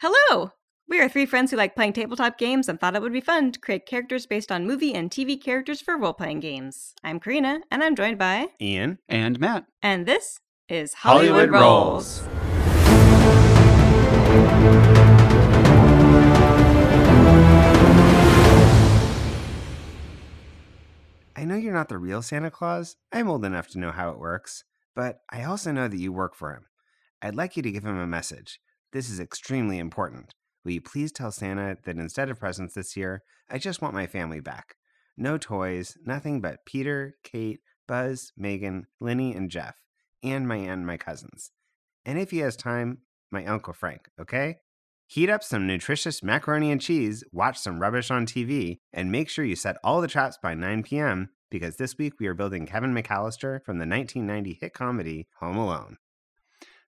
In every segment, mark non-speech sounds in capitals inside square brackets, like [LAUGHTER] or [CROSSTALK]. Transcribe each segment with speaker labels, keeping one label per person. Speaker 1: Hello! We are three friends who like playing tabletop games and thought it would be fun to create characters based on movie and TV characters for role playing games. I'm Karina, and I'm joined by,
Speaker 2: Ian.
Speaker 3: And Matt.
Speaker 1: and this is
Speaker 2: Hollywood
Speaker 1: Hollywood,
Speaker 2: Rolls.
Speaker 1: Rolls. [LAUGHS]
Speaker 2: I know you're not the real Santa Claus. I'm old enough to know how it works, but I also know that you work for him. I'd like you to give him a message. This is extremely important. Will you please tell Santa that instead of presents this year, I just want my family back? No toys, nothing but Peter, Kate, Buzz, Megan, Lenny, and Jeff, and my aunt and my cousins. And if he has time, my Uncle Frank, okay? Heat up some nutritious macaroni and cheese, watch some rubbish on TV, and make sure you set all the traps by 9 p.m. because this week we are building Kevin McAllister from the 1990 hit comedy Home Alone.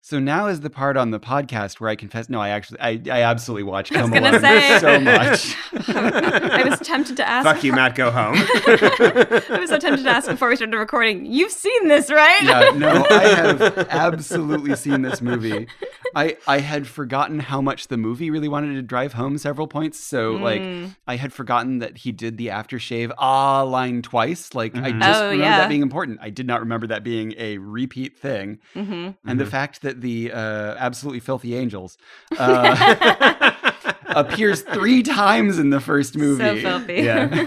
Speaker 3: So now is the part on the podcast where I confess. No, I actually, I, I absolutely watched
Speaker 1: I was
Speaker 3: Home
Speaker 1: gonna
Speaker 3: Alone
Speaker 1: say. [LAUGHS]
Speaker 3: so much.
Speaker 1: I was tempted to ask.
Speaker 2: Fuck you, Matt, go home.
Speaker 1: [LAUGHS] I was so tempted to ask before we started recording. You've seen this, right? [LAUGHS]
Speaker 3: yeah, no, I have absolutely seen this movie. I I had forgotten how much the movie really wanted to drive home several points. So like,
Speaker 1: Mm.
Speaker 3: I had forgotten that he did the aftershave ah line twice. Like, I
Speaker 2: Mhm.
Speaker 3: just
Speaker 1: Oh,
Speaker 3: remember
Speaker 1: yeah.
Speaker 3: that being important. I did not remember that being a repeat thing.
Speaker 1: Mhm.
Speaker 3: And the fact that the uh, absolutely filthy angels. Uh, [LAUGHS] appears three times in the first movie.
Speaker 1: So filthy.
Speaker 3: Yeah.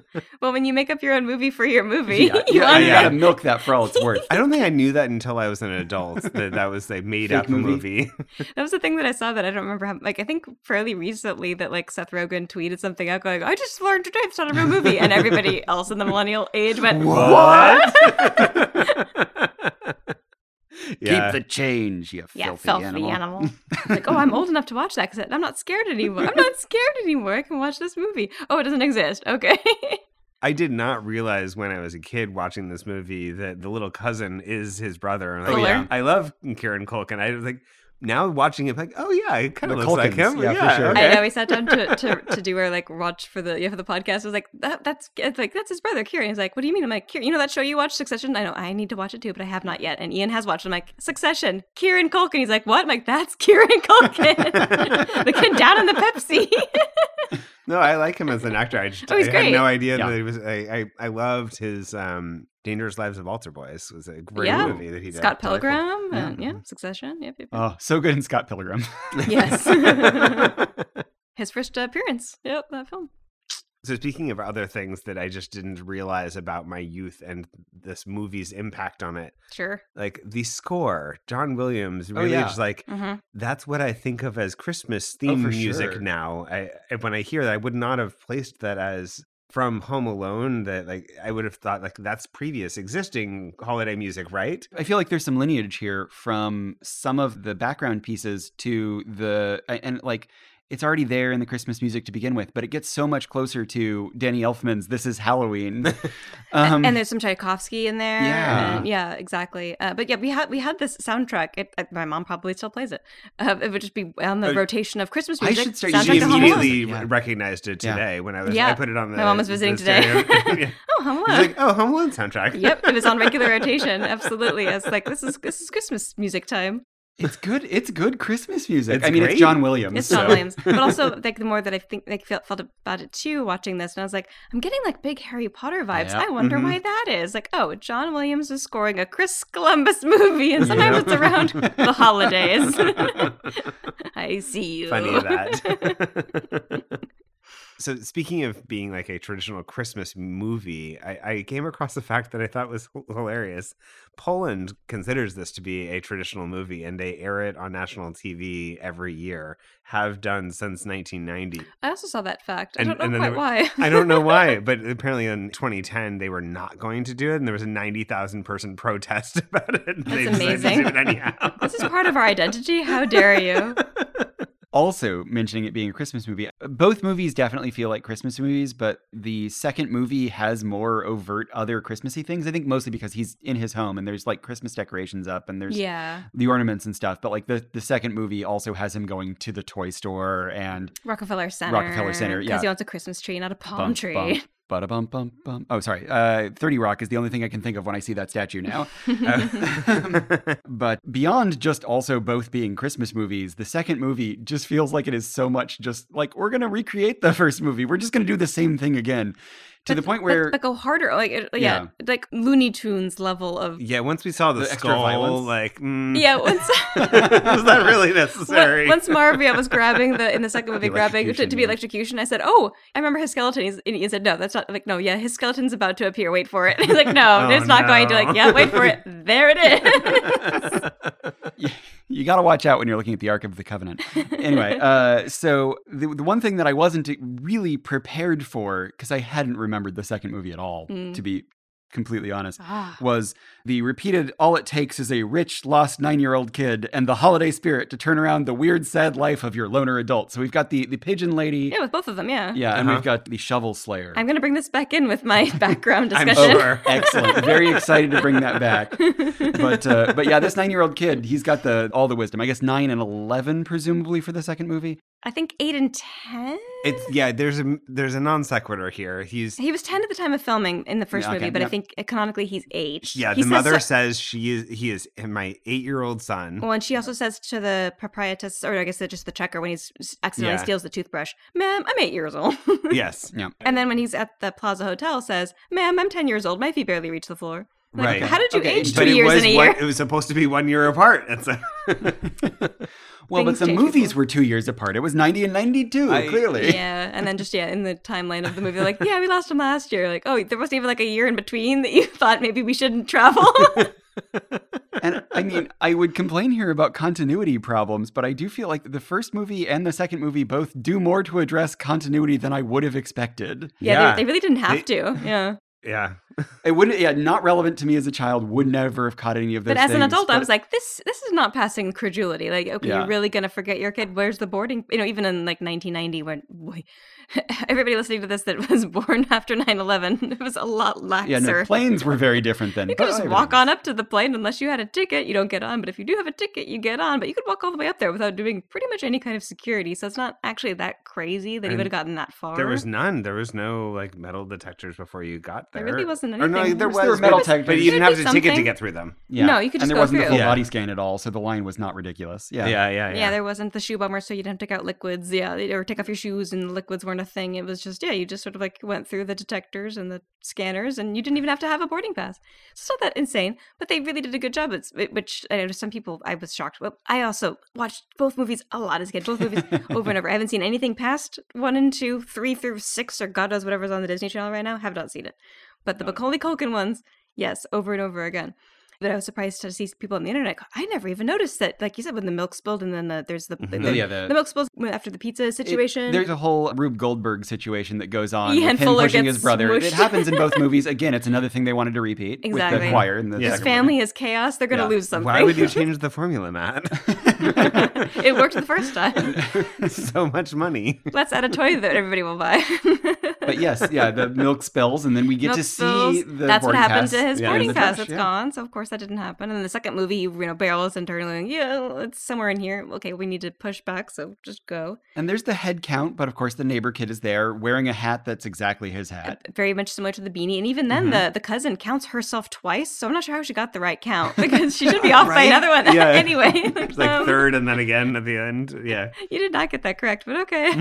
Speaker 1: [LAUGHS] well, when you make up your own movie for your movie,
Speaker 3: yeah.
Speaker 1: [LAUGHS] you
Speaker 3: yeah,
Speaker 1: want
Speaker 3: you
Speaker 2: yeah.
Speaker 3: gotta milk that for all it's worth.
Speaker 2: [LAUGHS]
Speaker 1: [LAUGHS]
Speaker 2: I don't think I knew that until I was an adult that that was a made up
Speaker 3: Fake movie.
Speaker 2: movie.
Speaker 1: That was the thing that I saw that I don't remember how. Like I think fairly recently that like Seth Rogen tweeted something out going, "I just learned today it's not a real movie," and
Speaker 3: [LAUGHS]
Speaker 1: everybody else in the millennial age went,
Speaker 3: What?
Speaker 2: [LAUGHS] yeah.
Speaker 3: Keep the change, you
Speaker 1: Yeah,
Speaker 3: filthy,
Speaker 1: filthy
Speaker 3: animal.
Speaker 1: animal.
Speaker 3: [LAUGHS]
Speaker 1: like, oh, I'm old enough to watch that because I'm not scared anymore. I'm not scared anymore. I can watch this movie. Oh, it doesn't exist. Okay. [LAUGHS]
Speaker 2: I did not realize when I was a kid watching this movie that the little cousin is his brother. And I-
Speaker 1: Oh, yeah.
Speaker 2: I love Kieran Culkin. I was like, now watching it, like, oh yeah, it kind
Speaker 3: The
Speaker 2: of looks like
Speaker 3: Culkins.
Speaker 2: him.
Speaker 3: Yeah, for sure.
Speaker 2: okay.
Speaker 1: I know we sat down to,
Speaker 2: [LAUGHS]
Speaker 1: to, to do our like watch for the yeah, for the podcast. I was like, that, that's it's like that's his brother, Kieran. He's like, what do you mean? I'm like, Kieran, you know that show you watched, Succession? I know I need to watch it too, but I have not yet. And Ian has watched. it. I'm like, Succession, Kieran Culkin. He's like, what? I'm like, that's Kieran Culkin, [LAUGHS] the kid down in the
Speaker 2: [LAUGHS]
Speaker 1: Pepsi.
Speaker 2: No, I like him as an actor. I just
Speaker 1: Oh, he's
Speaker 2: I
Speaker 1: great.
Speaker 2: had no idea
Speaker 3: Yeah.
Speaker 2: that he was. I, I I loved his um, Dangerous Lives of Alter Boys was a great
Speaker 1: Yeah.
Speaker 2: movie that he did.
Speaker 1: Scott Pilgrim,
Speaker 2: Yeah. mm-hmm. Oh.
Speaker 1: and yeah, Succession. Yep, yep, yep.
Speaker 3: Oh, so good in Scott Pilgrim. [LAUGHS]
Speaker 2: [LAUGHS]
Speaker 1: Yes, [LAUGHS] his first appearance. Yep, that film.
Speaker 2: so speaking of other things that I just didn't realize about my youth and this movie's impact on it,
Speaker 1: Sure.
Speaker 2: like the score, John Williams really
Speaker 3: Oh, yeah.
Speaker 2: just like
Speaker 1: Mm-hmm.
Speaker 2: that's what I think of as Christmas
Speaker 3: Oh,
Speaker 2: theme
Speaker 3: for
Speaker 2: music
Speaker 3: sure.
Speaker 2: now. I I- when I hear that, I would not have placed that as from Home Alone. That like I would have thought like that's previous existing holiday music, right?
Speaker 3: I feel like there's some lineage here from some of the background pieces to the a- and like it's already there in the Christmas music to begin with, but it gets so much closer to Danny Elfman's "This Is [LAUGHS] Halloween."
Speaker 1: A-
Speaker 3: Um,
Speaker 1: and there's some Tchaikovsky in there.
Speaker 3: Yeah.
Speaker 1: and- yeah, exactly. Uh, but yeah, we had we had this soundtrack. It, uh, my mom probably still plays it. Uh, it would just be on the
Speaker 2: Oh,
Speaker 1: rotation of Christmas
Speaker 3: I
Speaker 1: music.
Speaker 3: should start
Speaker 1: soundtrack
Speaker 3: using
Speaker 2: She
Speaker 1: to Home Alone.
Speaker 2: immediately
Speaker 3: Yeah.
Speaker 2: recognized it
Speaker 3: Yeah.
Speaker 2: today when I was. I
Speaker 1: Yeah.
Speaker 2: put it on the.
Speaker 1: My mom was visiting
Speaker 2: the
Speaker 1: today.
Speaker 2: stereo. [LAUGHS]
Speaker 1: [LAUGHS]
Speaker 2: yeah.
Speaker 1: Oh, Home
Speaker 2: She's
Speaker 1: Alone.
Speaker 2: like, oh, Home Alone soundtrack.
Speaker 1: yep, it was on regular rotation. Absolutely, I was like, this is this is Christmas music time.
Speaker 3: it's good. It's good Christmas music.
Speaker 2: It's
Speaker 3: I mean,
Speaker 2: great.
Speaker 3: it's John Williams.
Speaker 1: It's John
Speaker 3: so- [LAUGHS]
Speaker 1: Williams, but also like the more that I think like felt, felt about it too, watching this, and I was like, I'm getting like big Harry Potter vibes.
Speaker 3: Yeah. Mm-hmm.
Speaker 1: I wonder
Speaker 2: Mhm.
Speaker 1: why that is. Like, oh, John Williams is scoring a Chris Columbus [LAUGHS] movie, and sometimes
Speaker 2: Yeah.
Speaker 1: it's around the
Speaker 3: [LAUGHS]
Speaker 1: holidays. [LAUGHS] I see you.
Speaker 2: Funny
Speaker 1: [LAUGHS]
Speaker 2: that. [LAUGHS] so speaking of being like a traditional Christmas movie, I, I came across the fact that I thought was h- hilarious. Poland considers this to be a traditional movie, and they air it on national TV every year. Have done since 1990.
Speaker 1: I also saw that fact.
Speaker 2: And-
Speaker 1: I don't
Speaker 2: and
Speaker 1: know
Speaker 2: then
Speaker 1: quite
Speaker 2: there
Speaker 1: why.
Speaker 2: I don't know
Speaker 1: [LAUGHS]
Speaker 2: why, but apparently in 2010 they were not going to do it, and there was a 90,000 person [LAUGHS] protest about it. and they
Speaker 1: That's
Speaker 2: decided to
Speaker 1: amazing.
Speaker 2: do it anyhow.
Speaker 1: [LAUGHS] this is part of our identity. How dare you?
Speaker 3: also mentioning it being a Christmas movie. uh, Both movies definitely feel like Christmas movies, but the second movie has more overt other Christmassy things. I think mostly because he's in his home and there's like Christmas decorations up and there's
Speaker 1: yeah,
Speaker 3: the ornaments and stuff. But like the, the second movie also has him going to the toy store and
Speaker 1: Rockefeller Center.
Speaker 3: Rockefeller Center, yeah.
Speaker 1: because he wants a Christmas tree, not a palm
Speaker 3: Bump,
Speaker 1: tree. [LAUGHS]
Speaker 3: bump. Bada bum bum bum. Oh, sorry. Uh, 30 Rock is the only thing I can think of when I see that statue
Speaker 1: [LAUGHS]
Speaker 3: now. Uh, [LAUGHS] but beyond just also both being Christmas movies, the second movie just feels like it is so much just like we're going to recreate the [LAUGHS] first movie. We're just going to do the same thing again to
Speaker 1: [LAUGHS]
Speaker 3: the point
Speaker 1: But-
Speaker 3: where.
Speaker 1: but go harder, like it- yeah,
Speaker 3: Yeah.
Speaker 1: like Looney Tunes level of
Speaker 2: yeah, once we saw the,
Speaker 3: The extra
Speaker 2: skull,
Speaker 3: violence?
Speaker 2: like, mm,
Speaker 3: [LAUGHS]
Speaker 1: yeah. Once
Speaker 2: [LAUGHS] was that
Speaker 1: [LAUGHS]
Speaker 2: really necessary?
Speaker 1: Once- Once Marvia
Speaker 2: [LAUGHS]
Speaker 1: was grabbing the in the second movie,
Speaker 3: The
Speaker 1: grabbing to,
Speaker 3: electrocution,
Speaker 1: to be
Speaker 3: yeah.
Speaker 1: electrocution, I said, "Oh, I remember his skeleton." He's, and Ian said, "No, that's not." I'm like, no, yeah, his skeleton's about to appear. Wait for it. [LAUGHS] He's like, "No,
Speaker 2: Oh,
Speaker 1: it's not going to."
Speaker 2: no.
Speaker 1: Like, yeah, wait for it. There
Speaker 2: [LAUGHS]
Speaker 1: it is. [LAUGHS]
Speaker 3: you got to watch out when you're looking at the Ark of the Covenant.
Speaker 1: [LAUGHS]
Speaker 3: Anyway, uh, so the, the one thing that I wasn't e, really prepared for, because I hadn't remembered the second movie at all,
Speaker 1: Mm.
Speaker 3: to be completely honest,
Speaker 1: Ah.
Speaker 3: was the repeated all it takes is a rich, lost nine year old kid and the holiday spirit to turn around the weird, sad life of your loner adult. So we've got the, the pigeon lady.
Speaker 1: yeah, with both of them. Yeah.
Speaker 3: Yeah, and
Speaker 2: Uh-huh.
Speaker 3: we've got the shovel slayer.
Speaker 1: I'm gonna bring this back in with
Speaker 2: [LAUGHS]
Speaker 1: my background
Speaker 2: I'm
Speaker 1: discussion.
Speaker 2: sure.
Speaker 3: [LAUGHS] Excellent. Very excited to bring that back. But uh, but yeah, this nine year old kid, he's got the all the wisdom. I guess nine and eleven, presumably for the second movie.
Speaker 1: I think eight and ten.
Speaker 2: It's yeah. There's a there's a non sequitur here. He's
Speaker 1: He was ten at the time of filming in the first
Speaker 3: Yeah, okay,
Speaker 1: movie, but
Speaker 3: yeah.
Speaker 1: I think uh, canonically he's eight.
Speaker 2: yeah.
Speaker 1: He
Speaker 2: the
Speaker 1: says
Speaker 2: mother
Speaker 1: so-
Speaker 2: says she is he is my eight year old son.
Speaker 1: Well, [LAUGHS] and she also says to the proprietress, or I guess just the checker, when he's accidentally
Speaker 2: Yeah.
Speaker 1: steals the toothbrush, "Ma'am, I'm eight years old." [LAUGHS]
Speaker 2: yes,
Speaker 1: and then when he's at the Plaza Hotel, says, "Ma'am, I'm ten years old. My feet barely reach the floor." Like,
Speaker 2: right.
Speaker 1: How did you
Speaker 3: Okay,
Speaker 1: age
Speaker 3: but
Speaker 1: two
Speaker 2: it
Speaker 1: years
Speaker 2: was
Speaker 1: in a [LAUGHS]
Speaker 2: one-
Speaker 1: year?
Speaker 2: it was supposed to be one year apart. And so [LAUGHS]
Speaker 3: Well,
Speaker 1: Things
Speaker 3: but the
Speaker 1: change
Speaker 3: movies
Speaker 1: people.
Speaker 3: were two years apart. It was ninety and ninety two.
Speaker 2: I-
Speaker 3: Clearly,
Speaker 1: yeah, and then just yeah, in the timeline of the movie, like, yeah, we lost him last year. Like, oh, there wasn't even like a year in between that you [LAUGHS] thought maybe we shouldn't
Speaker 3: [LAUGHS]
Speaker 1: travel.
Speaker 3: [LAUGHS]
Speaker 1: [LAUGHS]
Speaker 3: and I mean, I would complain here about continuity problems, but I do feel like the first movie and the second movie both do more to address continuity than I would have expected.
Speaker 1: yeah,
Speaker 2: Yeah.
Speaker 1: They, they really didn't have
Speaker 2: They-
Speaker 1: to. Yeah,
Speaker 3: [LAUGHS]
Speaker 2: yeah,
Speaker 3: It wouldn't, yeah, not relevant to me as a child. Would never have caught any of those.
Speaker 1: but as an
Speaker 3: things,
Speaker 1: adult, I
Speaker 3: but-
Speaker 1: was like, this this is not passing credulity. Like, okay,
Speaker 3: Yeah.
Speaker 1: you're really gonna forget your kid? Where's the boarding? You know, even in like 1990, when boy, [LAUGHS] everybody listening to this that [LAUGHS] was born after 9/11, it was a lot laxer.
Speaker 3: yeah, no, planes were very different
Speaker 1: [LAUGHS]
Speaker 3: then.
Speaker 1: you
Speaker 3: but
Speaker 1: could just
Speaker 3: I
Speaker 1: walk on up to the plane unless you had a ticket. You don't get on, but if you do have a ticket, you get on. But you could walk all the way up there without doing pretty much any kind of security. So it's not actually that crazy that he
Speaker 2: And
Speaker 1: would have gotten that far.
Speaker 2: there was none. There was no like metal detectors before you got there.
Speaker 1: There really wasn't
Speaker 2: Or no,
Speaker 1: anything. There
Speaker 2: there was,
Speaker 1: was-
Speaker 3: there were
Speaker 2: but-
Speaker 3: metal
Speaker 2: but
Speaker 3: detectors.
Speaker 2: you didn't have
Speaker 1: There'd
Speaker 2: to
Speaker 1: be
Speaker 2: ticket to
Speaker 1: something.
Speaker 2: get through them.
Speaker 3: Yeah.
Speaker 1: No, you could
Speaker 3: and
Speaker 1: just
Speaker 3: there
Speaker 1: go
Speaker 3: wasn't the
Speaker 1: through.
Speaker 3: full
Speaker 2: Yeah.
Speaker 3: body scan at all, so the line was not ridiculous. Yeah.
Speaker 2: yeah, yeah.
Speaker 1: yeah. there wasn't the shoe bummer, so you didn't take out liquids. Yeah, or take off your shoes, and the liquids weren't a thing. It was just yeah, you just sort of like went through the detectors and the scanners, and you didn't even have to have a boarding pass. So it's not that insane, but they really did a good job. It's it, which I know some people I was shocked. But I also watched both movies a lot as a kid, both movies over and over. I haven't seen anything past one and two, three through six, or God knows whatever's on the Disney Channel right now. Have not seen it, but the Macaulay Culkin ones, yes, over and over again but I was surprised to see people on the internet. go, I never even noticed that. Like you said, when the milk spilled and then the, there's the, the-
Speaker 2: Mhm.
Speaker 1: the,
Speaker 3: Mm-hmm. Oh, Yeah, the-
Speaker 1: the milk spills after the pizza
Speaker 3: It-
Speaker 1: situation.
Speaker 3: there's a whole Rube Goldberg situation that goes on.
Speaker 1: Ian
Speaker 3: with him
Speaker 1: Fuller
Speaker 3: pushing
Speaker 1: gets
Speaker 3: his brother. It
Speaker 1: smushed.
Speaker 3: happens in
Speaker 1: [LAUGHS]
Speaker 3: both movies. Again, it's another thing they wanted to repeat with the
Speaker 1: Exactly.
Speaker 3: choir in the
Speaker 2: His
Speaker 1: His
Speaker 3: second
Speaker 1: family is chaos. They're going to
Speaker 3: Yeah.
Speaker 1: lose something.
Speaker 2: Why would you change the formula, Matt?
Speaker 1: [LAUGHS]
Speaker 2: [LAUGHS]
Speaker 1: it worked the first
Speaker 3: [LAUGHS]
Speaker 1: time.
Speaker 2: so much money.
Speaker 1: Let's add a toy that everybody will buy. [LAUGHS]
Speaker 3: But yes, yeah, the milk spills, and then we get
Speaker 1: Milk
Speaker 3: to
Speaker 1: spills,
Speaker 3: see the
Speaker 1: that's what
Speaker 3: boarding
Speaker 1: happened to
Speaker 3: pass
Speaker 1: his
Speaker 2: yeah, in
Speaker 1: boarding
Speaker 2: the
Speaker 1: pass.
Speaker 3: trash,
Speaker 1: It's
Speaker 3: yeah.
Speaker 1: gone. So of course that didn't happen. And then the second movie, you know, barrels internally. like, Yeah, it's somewhere in here. Okay, we need to push back. So just go.
Speaker 3: And there's the head count, but of course the neighbor kid is there wearing a hat that's exactly his hat.
Speaker 1: very much similar to the beanie. And even then, the, the cousin counts herself twice. So I'm not sure how she got the right count [LAUGHS] because she should be off by
Speaker 2: Right?
Speaker 1: another one [LAUGHS]
Speaker 2: Yeah.
Speaker 1: anyway.
Speaker 2: It's like
Speaker 1: Um,
Speaker 2: third and then again at the end. Yeah.
Speaker 1: You did not get that correct, but okay.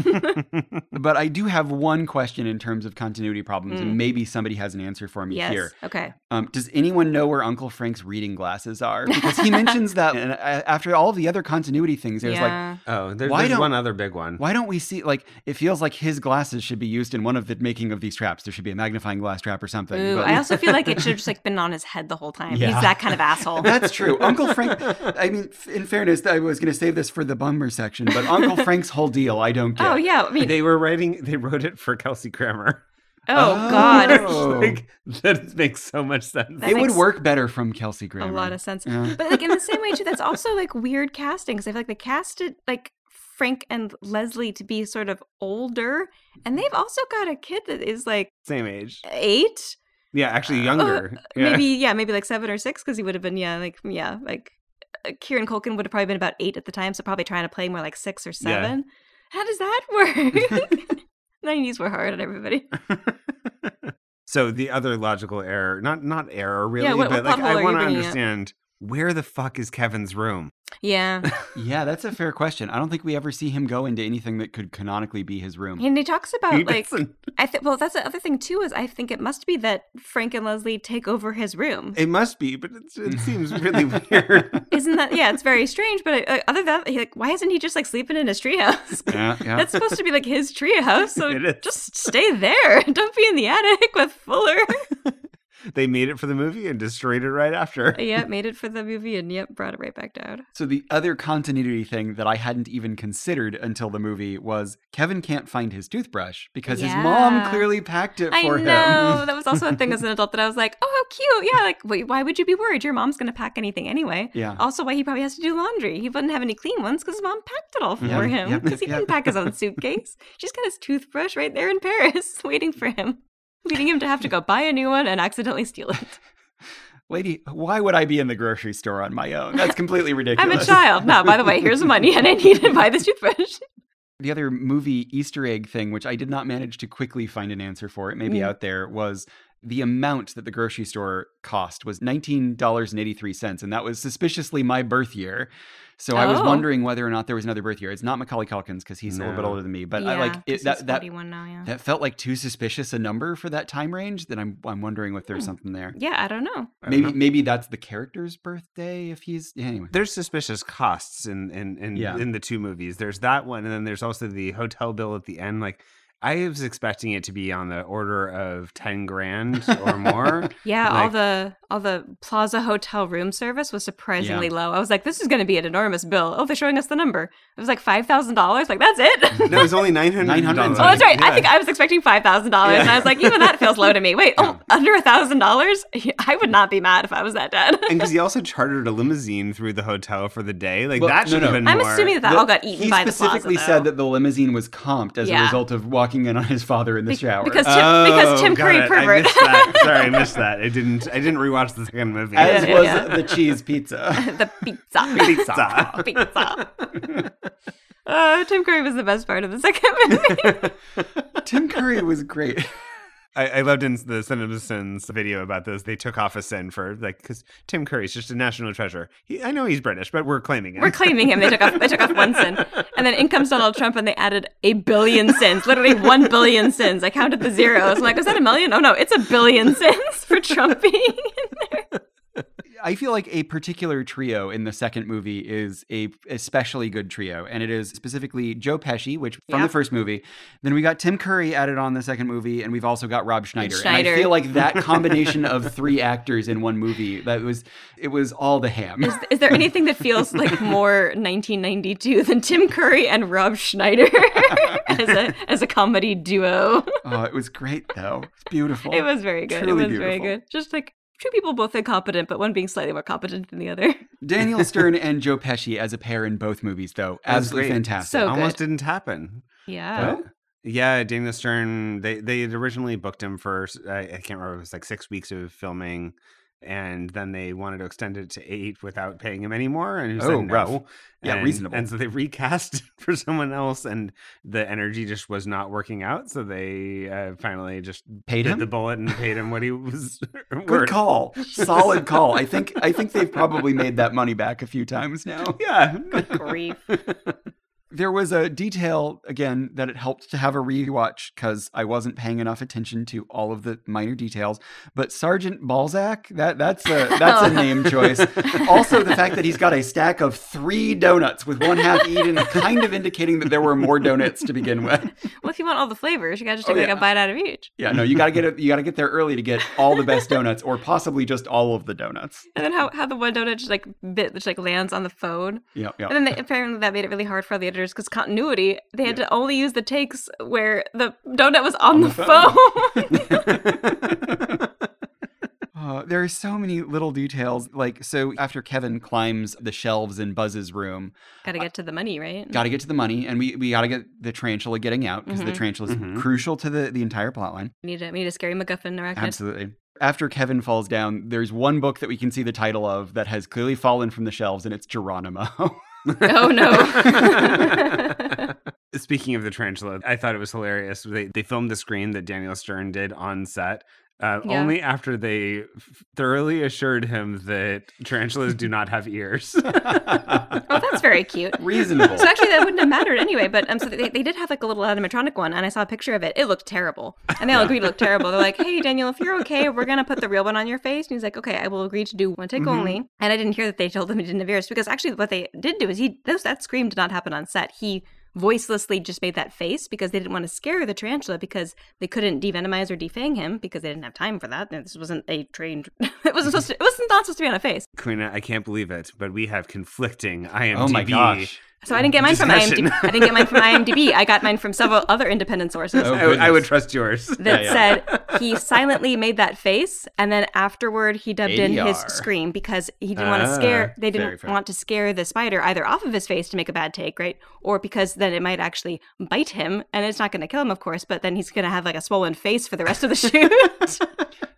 Speaker 3: But I do have one question in terms of continuity problems, and maybe somebody has an answer for me
Speaker 1: Mm. yes.
Speaker 3: here.
Speaker 1: Okay.
Speaker 3: Um, does anyone know where Uncle Frank's reading glasses are? Because he mentions that, and uh, after all the other continuity things, there's like
Speaker 1: yeah.
Speaker 2: Oh, there,
Speaker 3: Why
Speaker 2: there's
Speaker 3: don't-
Speaker 2: one other big one.
Speaker 3: Why don't we see like it feels like his glasses should be used in one of the making of these traps. There should be a magnifying glass trap or something.
Speaker 1: Ooh,
Speaker 3: but-
Speaker 1: I also feel like it should have just like been on his head the whole time.
Speaker 3: Yeah.
Speaker 1: He's that kind of
Speaker 3: [LAUGHS]
Speaker 1: asshole.
Speaker 3: [LAUGHS] That's true. Uncle Frank I mean f- in fairness, I was going to save this for the bummer section, but
Speaker 1: [LAUGHS]
Speaker 3: Uncle Frank's whole deal I don't get.
Speaker 1: Oh yeah, I [LAUGHS] mean,
Speaker 2: They were writing. They wrote it for Kelsey Grammer.
Speaker 1: oh,
Speaker 3: Oh.
Speaker 1: [LAUGHS] god, [LAUGHS]
Speaker 3: Oh.
Speaker 2: [LAUGHS] like that makes so much sense.
Speaker 1: That
Speaker 3: it would
Speaker 1: makes
Speaker 3: work better from Kelsey Grammer.
Speaker 1: a lot of sense.
Speaker 3: Yeah.
Speaker 1: But like in the same way too, that's also like weird casting because I feel like they casted like Frank and Leslie to be sort of older, and they've also got a kid that is like
Speaker 2: Same age.
Speaker 1: eight.
Speaker 2: Yeah, actually
Speaker 1: Uh,
Speaker 2: younger. yeah.
Speaker 1: maybe yeah maybe like seven or six because he would have been yeah like yeah like uh, kieran culkin would have probably been about eight at the time so probably trying to play more like six or [LAUGHS]
Speaker 2: Yeah.
Speaker 1: seven how does that work 90s were hard on everybody
Speaker 2: [LAUGHS] So the other logical error, not not error really,
Speaker 1: what- what
Speaker 2: but like
Speaker 1: pothole
Speaker 2: I
Speaker 1: are you
Speaker 2: want to
Speaker 1: bringing up?
Speaker 2: understand where the fuck is Kevin's room?
Speaker 1: Yeah.
Speaker 2: [LAUGHS]
Speaker 3: Yeah, that's a fair question. I don't think we ever see him go into anything that could canonically be his room.
Speaker 1: And he talks about
Speaker 2: He
Speaker 1: like
Speaker 2: doesn't-
Speaker 1: I think well that's the other thing too is I think it must be that Frank and Leslie take over his
Speaker 2: [LAUGHS]
Speaker 1: room.
Speaker 2: it must be, but it's, it seems
Speaker 1: [LAUGHS]
Speaker 2: really weird.
Speaker 1: Isn't that yeah? It's very strange. But uh, other than that, he, like why isn't he just like sleeping in his treehouse?
Speaker 3: Yeah,
Speaker 1: [LAUGHS]
Speaker 3: yeah.
Speaker 1: That's supposed to be like his treehouse,
Speaker 2: [LAUGHS]
Speaker 1: so
Speaker 2: It is.
Speaker 1: just stay there. [LAUGHS] Don't be in the attic with Fuller.
Speaker 2: They made it for the movie and destroyed it right after.
Speaker 1: yep, made it for the movie and yep, brought it right back down.
Speaker 3: So the other continuity thing that I hadn't even considered until the movie was Kevin can't find his toothbrush because his mom
Speaker 1: Yeah.
Speaker 3: clearly packed it
Speaker 1: I
Speaker 3: for him.
Speaker 1: know that was also a thing as an adult that I was like, oh, how cute, yeah. Like, wait, why would you be worried? Your mom's gonna pack anything anyway.
Speaker 3: [LAUGHS] Yeah.
Speaker 1: Also, why he probably has to do laundry. He wouldn't have any clean ones because his mom packed it all for
Speaker 3: Yeah,
Speaker 1: him.
Speaker 3: yep,
Speaker 1: Because he
Speaker 3: yep.
Speaker 1: didn't pack
Speaker 3: [LAUGHS]
Speaker 1: his own suitcase. She's got his toothbrush right there in Paris, [LAUGHS] waiting for him, leading him to have to go buy a new one and accidentally steal it.
Speaker 3: [LAUGHS] Lady, why would I be in the grocery store on my own? That's completely
Speaker 1: I'm a
Speaker 3: ridiculous.
Speaker 1: child. No, by the
Speaker 3: [LAUGHS]
Speaker 1: way, here's money, and I need to buy this toothbrush.
Speaker 3: The other movie Easter egg thing, which I did not manage to quickly find an answer for, it may be
Speaker 1: Mm.
Speaker 3: out there, was the amount that the grocery store cost was $19.83. And that was suspiciously my birth year. So I was
Speaker 1: Oh.
Speaker 3: wondering whether or not there was another birth year. It's not Macaulay Culkin's because he's a little bit
Speaker 2: No.
Speaker 3: older than me, but I like it, that, that,
Speaker 1: now, yeah.
Speaker 3: that felt like too suspicious a number for that time range. Then I'm, I'm wondering if there's
Speaker 1: Hmm.
Speaker 3: something there.
Speaker 1: yeah, I don't know.
Speaker 2: I don't
Speaker 3: Maybe,
Speaker 2: know.
Speaker 3: maybe that's the character's birthday if he's, yeah, anyway.
Speaker 2: there's suspicious costs in in in,
Speaker 3: Yeah.
Speaker 2: in the two movies. There's that one, and then there's also the hotel bill at the end. Like I was expecting it to be on the order of ten grand or
Speaker 3: [LAUGHS]
Speaker 2: more.
Speaker 1: Yeah, all
Speaker 2: Like-
Speaker 1: the all the Plaza Hotel room service was surprisingly low. I was like, this is going to be an enormous bill. Oh, they're showing us the number. It was like five thousand dollars. Like that's it. [LAUGHS]
Speaker 2: no, it was only nine hundred.
Speaker 3: $900.
Speaker 1: Oh, that's right. I think I was expecting five thousand dollars, and I was like, even that feels low to me. Wait, oh, under thousand dollars? [LAUGHS] I would not be mad if I was that dead.
Speaker 2: and because he also chartered a limousine through the hotel for the day, like
Speaker 3: Well,
Speaker 2: that
Speaker 3: no,
Speaker 2: should have
Speaker 3: no.
Speaker 1: [LAUGHS]
Speaker 2: been.
Speaker 1: I'm
Speaker 2: more.
Speaker 1: assuming that that
Speaker 3: The-
Speaker 1: all got eaten
Speaker 3: he
Speaker 1: by the plaza.
Speaker 3: specifically
Speaker 1: though.
Speaker 3: said that the limousine was comped as a
Speaker 1: Yeah.
Speaker 3: result of walking in on his father in the
Speaker 1: Be-
Speaker 3: shower.
Speaker 1: because- because Tim
Speaker 2: Oh, got
Speaker 1: Curry
Speaker 2: it. I
Speaker 1: pervert.
Speaker 2: [LAUGHS] missed that. Sorry,
Speaker 1: [LAUGHS]
Speaker 2: I missed that. I didn't. I didn't rewatch the second movie.
Speaker 3: as
Speaker 1: Yeah, yeah,
Speaker 3: was
Speaker 1: yeah.
Speaker 3: the cheese pizza.
Speaker 1: [LAUGHS] [LAUGHS] the pizza.
Speaker 2: Pizza.
Speaker 1: [LAUGHS] pizza. Oh, Tim Curry was the best part of the second movie.
Speaker 3: Tim Curry was great.
Speaker 2: I, I loved in the Simpsons video about this. They took off a sin for like because Tim Curry's just a national treasure. He, I know he's British, but we're claiming him.
Speaker 1: We're claiming him. They took off. They took off one sin, and then in comes Donald Trump, and they added a billion sins. Literally one billion sins. I counted the zeros. I'm like, was that a million? Oh no, it's a billion sins for Trump being. in there.
Speaker 3: I feel like a particular trio in the second movie is a especially good trio, and it is specifically Joe Pesci, which from
Speaker 1: Yeah.
Speaker 3: the first movie. Then we got Tim Curry added on the second movie, and we've also got Rob Schneider.
Speaker 1: Schneider.
Speaker 3: I feel
Speaker 1: [LAUGHS]
Speaker 3: like that combination of three actors in one movie that was it was all the ham.
Speaker 1: Is, is there anything that feels like more 1992 than Tim Curry and Rob Schneider [LAUGHS] as a as a comedy duo?
Speaker 3: [LAUGHS] oh, it was great though. It's beautiful.
Speaker 1: It was very good. It
Speaker 3: Oh, Truly
Speaker 1: was very
Speaker 3: beautiful.
Speaker 1: good. Just like two people both incompetent, but one being slightly more competent than the other.
Speaker 3: Daniel
Speaker 2: [LAUGHS]
Speaker 3: Stern and Joe Pesci as a pair in both movies, though, absolutely
Speaker 2: great.
Speaker 3: fantastic.
Speaker 1: So-
Speaker 2: Almost
Speaker 1: good.
Speaker 2: didn't happen.
Speaker 1: Yeah.
Speaker 3: Oh.
Speaker 2: Yeah, Daniel Stern. They they had originally booked him for I, I can't remember. It was like six weeks of filming, and then they wanted to extend it to eight without paying him anymore. And he said
Speaker 3: Oh,
Speaker 2: no.
Speaker 3: rough. Yeah,
Speaker 2: And-
Speaker 3: reasonable.
Speaker 2: And so they recast [LAUGHS] for someone else, and the energy just was not working out. So they uh, finally just
Speaker 3: paid
Speaker 2: bit
Speaker 3: him.
Speaker 2: the bullet and paid him what he was [LAUGHS]
Speaker 3: Good
Speaker 2: worth.
Speaker 3: call,
Speaker 2: [LAUGHS]
Speaker 3: solid call. I think I think they've probably made that money back a few times now.
Speaker 2: Yeah. [LAUGHS]
Speaker 1: Grief.
Speaker 3: There was a detail again that it helped to have a rewatch because I wasn't paying enough attention to all of the minor details. But Sergeant Balzac, that that's a
Speaker 2: [LAUGHS]
Speaker 3: that's a name choice. Also, the fact that he's got a stack of three donuts with one half eaten, kind of indicating that there were more donuts to begin with.
Speaker 1: Well, if you want all the flavors, you gotta just
Speaker 3: Oh,
Speaker 1: take like
Speaker 3: yeah.
Speaker 1: a bite out of each.
Speaker 3: Yeah, no, you gotta get it. You gotta get there early to get all the best donuts, or possibly just all of the donuts.
Speaker 1: And then how, how the one donut just like bit which like lands on the phone.
Speaker 3: Yeah, yeah.
Speaker 1: And then they, apparently that made it really hard for the editors because continuity they had to only use the takes where the donut was on, the,
Speaker 3: the phone. [LAUGHS]
Speaker 1: phone.
Speaker 3: Uh, there are so many little details. Like, so after Kevin climbs the shelves in Buzz's room,
Speaker 1: [LAUGHS] gotta get to the money, right?
Speaker 3: got to get to the money, and we, we got to get the tarantula getting out because the
Speaker 1: Mhm.
Speaker 3: tarantula is
Speaker 2: Mhm.
Speaker 3: crucial to the, the entire plotline.
Speaker 1: we need a we need a scary MacGuffin arachnid.
Speaker 3: Absolutely. After Kevin falls down, there's one book that we can see the title of that has clearly fallen from the shelves, and it's Geronimo. [LAUGHS]
Speaker 1: Oh no.
Speaker 2: Speaking of the tarantula, I thought it was hilarious. They, they filmed the screen that Daniel Stern did on set Uh,
Speaker 1: Yeah.
Speaker 2: Only after they thoroughly assured him that tarantulas do not have
Speaker 3: [LAUGHS]
Speaker 2: ears.
Speaker 1: [LAUGHS]
Speaker 2: [LAUGHS]
Speaker 1: Oh, that's very cute.
Speaker 3: Reasonable.
Speaker 1: So actually, that wouldn't have mattered anyway. But um, so they, they did have like a little animatronic one, and I saw a picture of it. It looked terrible, and they all agreed it looked terrible. They're like, "Hey, Daniel, if you're okay, we're gonna put the real one on your face." And he's like, "Okay, I will agree to do one take
Speaker 2: Mhm.
Speaker 1: only." And I didn't hear that they told him he didn't have ears because actually, what they did do is he those, that scream did not happen on set. He voicelessly just made that face because they didn't want to scare the tarantula because they couldn't devenomize or defang him because they didn't have time for that. And this wasn't a trained. [LAUGHS] it wasn't supposed to. It wasn't not supposed to be on a face.
Speaker 2: Karina, I can't believe it, but we have conflicting IMDb.
Speaker 3: oh my gosh.
Speaker 1: So I didn't get mine from
Speaker 2: Discussion.
Speaker 1: IMDb. I didn't get mine
Speaker 3: [LAUGHS]
Speaker 1: from IMDb. I got mine from several other independent sources
Speaker 3: Oh,
Speaker 2: I, I would
Speaker 3: goodness.
Speaker 2: trust yours.
Speaker 1: that
Speaker 3: yeah,
Speaker 1: said he silently made that face, and then afterward he dubbed in his
Speaker 3: ADR.
Speaker 1: scream because he didn't want to
Speaker 2: Ah,
Speaker 1: scare. They
Speaker 3: very
Speaker 1: didn't
Speaker 3: fair.
Speaker 1: want to scare the spider either off of his face to make a bad take, right? Or because then it might actually bite him, and it's not going to kill him, of course. But then he's going to have like a swollen face for the rest of the [LAUGHS] shoot.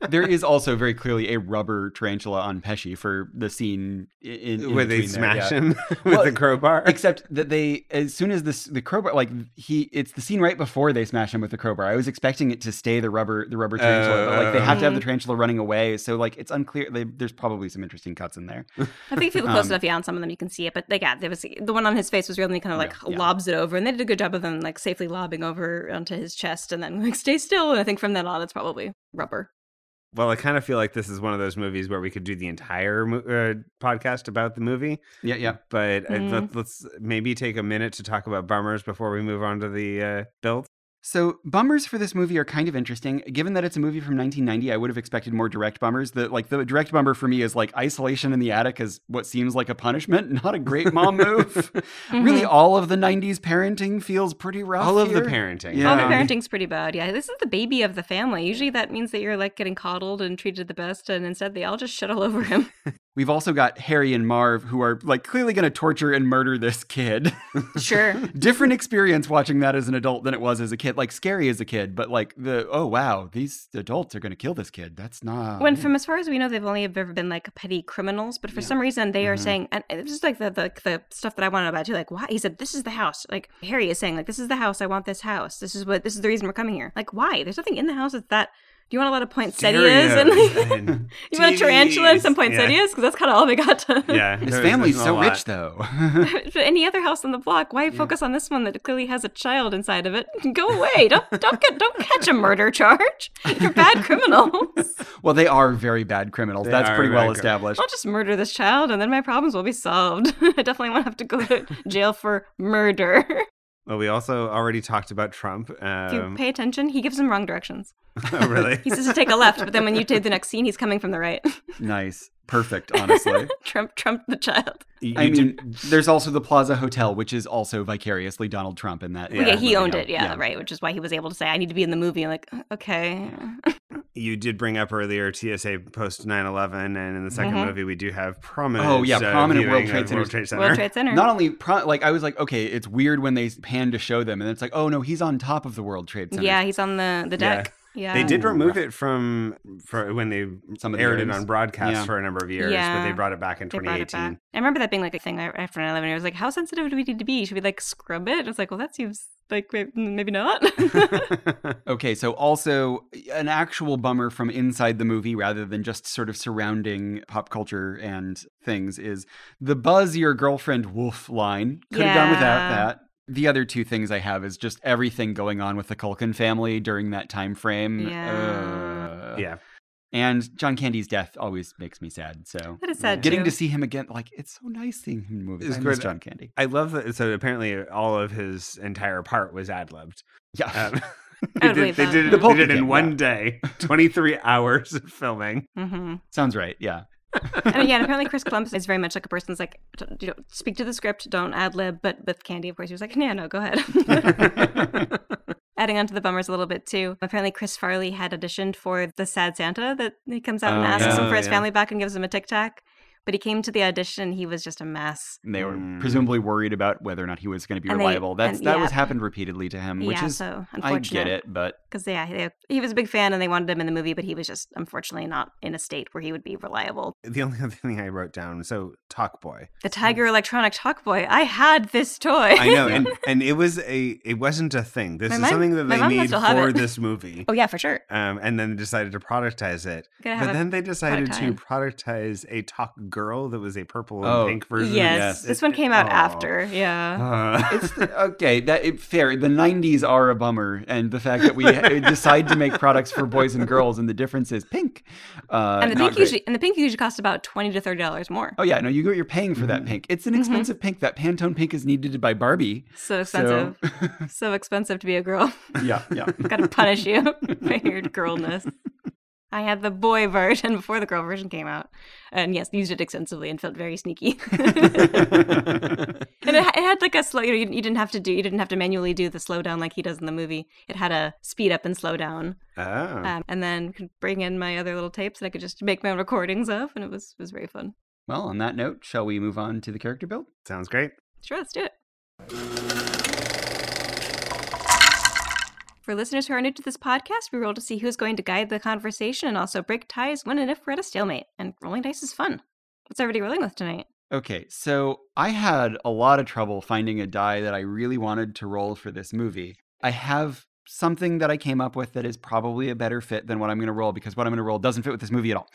Speaker 3: There is also very clearly a rubber tarantula on Pesci for the scene i- in, in
Speaker 2: Where they
Speaker 3: between there, yeah.
Speaker 2: smash him [LAUGHS] with
Speaker 3: Well,
Speaker 2: the crowbar.
Speaker 3: Except that they, as soon as this the crowbar, like he, it's the scene right before they smash him with the crowbar. I was expecting it to stay the rubber, the rubber tarantula, but like they have to have the tarantula running away. So like it's unclear. They, there's probably some interesting cuts in there.
Speaker 1: I think if you look close
Speaker 3: Um,
Speaker 1: enough, yeah, on some of them you can see it. But like, yeah, there was the one on his face was really kind of like
Speaker 3: Yeah, yeah.
Speaker 1: lobs it over, and they did a good job of them like safely lobbing over onto his chest, and then like stay still. And I think from then on, it's probably rubber.
Speaker 2: Well, I kind of feel like this is one of those movies where we could do the entire mo- uh, podcast about the movie,
Speaker 3: Yeah, yeah.
Speaker 2: but
Speaker 1: Mhm.
Speaker 2: uh, let, let's maybe take a minute to talk about bummers before we move on to the uh, build.
Speaker 3: So bummers for this movie are kind of interesting. Given that it's a movie from 1990, I would have expected more direct bummers. The like the direct bummer for me is like isolation in the attic is what seems like a punishment, [LAUGHS] not a great mom move. Really, all of the 90s parenting feels pretty rough.
Speaker 2: All of the
Speaker 3: here.
Speaker 2: parenting.
Speaker 3: Yeah.
Speaker 1: Mm-hmm. All the
Speaker 3: Um,
Speaker 1: parenting's pretty bad. Yeah, this is the baby of the family. Usually that means that you're like getting coddled and treated the best, and instead they all just shit all over
Speaker 3: [LAUGHS]
Speaker 1: him.
Speaker 3: We've also got Harry and Marv who are like clearly going to torture and murder this kid. [LAUGHS]
Speaker 1: sure.
Speaker 3: Different experience watching that as an adult than it was as a kid. Like scary as a kid, but like the oh wow, these adults are going to kill this kid. That's not
Speaker 2: Um,
Speaker 1: When, from as far as we know, they've only ever been like petty criminals, but for some reason they
Speaker 2: Mm-hmm.
Speaker 1: are saying, and it's just like the, the the stuff that I want to know about too. Like, why? He said, "This is the house." Like Harry is saying, "Like this is the house. I want this house. This is what. This is the reason we're coming here." Like, why? There's nothing in the house that's that. Do you want a lot of poinsettias and like, [LAUGHS]
Speaker 2: and [LAUGHS]
Speaker 1: you want a tarantula and some
Speaker 2: TVs. Yeah.
Speaker 1: poinsettias? Because that's kind of all they got. To... [LAUGHS]
Speaker 2: [LAUGHS] Yeah,
Speaker 3: His
Speaker 2: there-
Speaker 3: family's
Speaker 2: there's
Speaker 3: so
Speaker 2: a lot.
Speaker 3: rich though. [LAUGHS]
Speaker 1: For any other house on the block, why focus on this one that clearly has a child inside of it? [LAUGHS] Go away! Don't don't get don't catch a murder charge. You're
Speaker 2: [LAUGHS]
Speaker 1: bad criminals.
Speaker 3: Well, they are very bad criminals.
Speaker 2: They
Speaker 3: That's
Speaker 2: are
Speaker 3: pretty
Speaker 2: very
Speaker 3: well
Speaker 2: cr- oh.
Speaker 3: established.
Speaker 1: I'll just murder this child, and then my problems will be solved. [LAUGHS] I definitely won't have to go to jail for murder. [LAUGHS]
Speaker 2: Well, we also already talked about Trump.
Speaker 1: If you
Speaker 2: Um, [LAUGHS]
Speaker 1: pay attention, he gives him wrong directions.
Speaker 2: oh,
Speaker 1: [LAUGHS]
Speaker 2: really?
Speaker 1: He says to take a left, but then when you take the next scene, he's coming from the right.
Speaker 3: Nice. Perfect, honestly.
Speaker 1: [LAUGHS] Trump Trump the child.
Speaker 2: [LAUGHS] You-
Speaker 3: I
Speaker 2: you do-
Speaker 3: mean, there's also the Plaza Hotel, which is also vicariously Donald Trump in that.
Speaker 1: Yeah,
Speaker 2: Yeah,
Speaker 1: he owned it. Yeah, right. Which is why he was able to say, "I need to be in the movie." I'm like, okay.
Speaker 2: you did bring up earlier TSA post 9/11, and in the 2nd
Speaker 1: Mhm.
Speaker 2: movie we do have prominent.
Speaker 3: Oh, yeah,
Speaker 2: uh,
Speaker 3: prominent World
Speaker 2: viewing
Speaker 3: Trade
Speaker 2: of World
Speaker 3: Centers.
Speaker 2: Trade Center.
Speaker 1: World Trade Center.
Speaker 3: Not only, pro- like, I was like, okay, it's weird when they pan to show them, and it's like, oh no, he's on top of the World Trade Center.
Speaker 1: yeah, he's on the the
Speaker 2: Yeah.
Speaker 1: deck. Yeah.
Speaker 2: They did
Speaker 3: Ooh.
Speaker 2: remove it from, for when they
Speaker 3: Some of the
Speaker 2: aired it
Speaker 3: areas.
Speaker 2: on broadcast
Speaker 3: Yeah.
Speaker 2: for a number of years, but
Speaker 1: Yeah.
Speaker 2: they brought it back in
Speaker 1: They brought it
Speaker 2: 2018.
Speaker 1: back. I remember that being like a thing I- after 9 11. It was like, how sensitive do we need to be? Should we like scrub it? And it's like, well, that seems like may- maybe not. [LAUGHS]
Speaker 3: Okay, so also an actual bummer from inside the movie rather than just sort of surrounding pop culture and things is the buzz your girlfriend wolf line. Could have done without
Speaker 1: Yeah.
Speaker 3: that. The other two things I have is just everything going on with the Culkin family during that time frame.
Speaker 1: Yeah.
Speaker 3: Uh,
Speaker 2: yeah,
Speaker 3: And John Candy's death always makes me sad. So
Speaker 1: that is sad.
Speaker 3: getting
Speaker 1: too.
Speaker 3: to see him again, like it's so nice seeing him in movies.
Speaker 2: It's
Speaker 3: I
Speaker 2: great.
Speaker 3: miss John Candy. [LAUGHS]
Speaker 2: I love that. So apparently, all of his entire part was ad libbed.
Speaker 3: Yeah.
Speaker 1: [LAUGHS]
Speaker 2: Um, [LAUGHS]
Speaker 1: I would
Speaker 2: they, did,
Speaker 1: believe
Speaker 2: they
Speaker 1: that.
Speaker 2: did it, they
Speaker 3: The
Speaker 2: did it
Speaker 3: Polka
Speaker 2: in
Speaker 3: Kid,
Speaker 2: one
Speaker 3: yeah.
Speaker 2: [LAUGHS] day, 23 hours of filming.
Speaker 1: [LAUGHS] hmm
Speaker 3: Sounds right. Yeah.
Speaker 1: And yeah, and apparently Chris Columbus is very much like a person that's like, "Don't- you know, speak to the script, don't ad lib. But with Candy, of course, he was like, yeah, no, go ahead. [LAUGHS] Adding on to the bummers a little bit too. Apparently, Chris Farley had auditioned for the Sad Santa that he comes out and
Speaker 3: Oh,
Speaker 1: asks
Speaker 3: yeah.
Speaker 1: him for his
Speaker 2: Yeah.
Speaker 1: family back and gives him a tic tac. But he came to the audition. He was just a mess.
Speaker 3: And they were
Speaker 4: Mm.
Speaker 3: presumably worried about whether or not he was going to be
Speaker 1: mm-hmm. And they-
Speaker 3: reliable. That's
Speaker 1: and-
Speaker 3: that
Speaker 1: yeah.
Speaker 3: was happened repeatedly to him, Mm, which
Speaker 1: yeah,
Speaker 3: is
Speaker 1: so
Speaker 3: I
Speaker 1: unfortunate.
Speaker 3: get it, but
Speaker 1: [LAUGHS] because yeah, they, he was a big fan and they wanted him in the movie, but he was just unfortunately not in a state where he would be reliable.
Speaker 2: The only other thing I wrote down, so Talk Boy.
Speaker 1: The
Speaker 3: Hmm.
Speaker 1: Tiger Electronic Talk Boy. I had this toy.
Speaker 2: I know, and and it was a it wasn't a thing. This
Speaker 1: My
Speaker 2: is
Speaker 1: mom-
Speaker 2: something that
Speaker 1: my
Speaker 2: they
Speaker 1: mom
Speaker 2: made
Speaker 1: must have
Speaker 2: for
Speaker 1: it. [LAUGHS]
Speaker 2: this movie.
Speaker 1: [LAUGHS] oh yeah, for sure.
Speaker 2: Um, and then they decided to productize it.
Speaker 1: Gonna have
Speaker 2: But
Speaker 1: a-
Speaker 2: then they decided to
Speaker 1: productize.
Speaker 2: productize a talk girl that was a purple and
Speaker 3: Oh,
Speaker 2: pink version. of
Speaker 1: yes,
Speaker 3: yes.
Speaker 1: this
Speaker 2: it-
Speaker 1: one came out
Speaker 2: oh.
Speaker 1: after. Yeah.
Speaker 2: Uh,
Speaker 3: it's the, okay. That it, fair. The '90s are a bummer, and the fact that we uh, decide to make products for boys and girls, and the difference is pink. Uh,
Speaker 1: and the
Speaker 3: not
Speaker 1: pink
Speaker 3: great.
Speaker 1: usually and the pink usually cost about twenty to thirty dollars more.
Speaker 3: Oh yeah, no, you go. You're paying for that
Speaker 2: Mhm.
Speaker 3: pink. It's an
Speaker 1: Mhm.
Speaker 3: expensive pink. That Pantone pink is needed to buy Barbie.
Speaker 1: So
Speaker 3: So-
Speaker 1: expensive. So,
Speaker 3: [LAUGHS]
Speaker 1: expensive to be a girl. [LAUGHS]
Speaker 3: yeah, yeah.
Speaker 1: Gotta punish you [LAUGHS] for your girlness. I had the boy version [LAUGHS] before the girl version came out. And yes, used it extensively and felt very sneaky. [LAUGHS]
Speaker 2: [LAUGHS] Oh,
Speaker 1: and it, ha- it had like a slow you, know, you, you didn't have to do you didn't have to manually do the slow down like he does in the movie it had a speed up and slow down
Speaker 2: oh.
Speaker 1: um, and then could bring in my other little tapes that i could just make my own recordings of and it was it was very fun
Speaker 3: [LAUGHS] well, on that note, shall we move on to the character build?
Speaker 2: Sounds great.
Speaker 1: sure let's do it For listeners who are new to this podcast, we roll to see who's going to guide the conversation and also break ties when and if we're at a stalemate. And rolling dice is fun. What's everybody rolling with tonight?
Speaker 3: Okay, so I had a lot of trouble finding a die that I really wanted to roll for this movie. I have something that I came up with that is probably a better fit than what I'm going to roll because what I'm going to roll doesn't fit with this movie at all.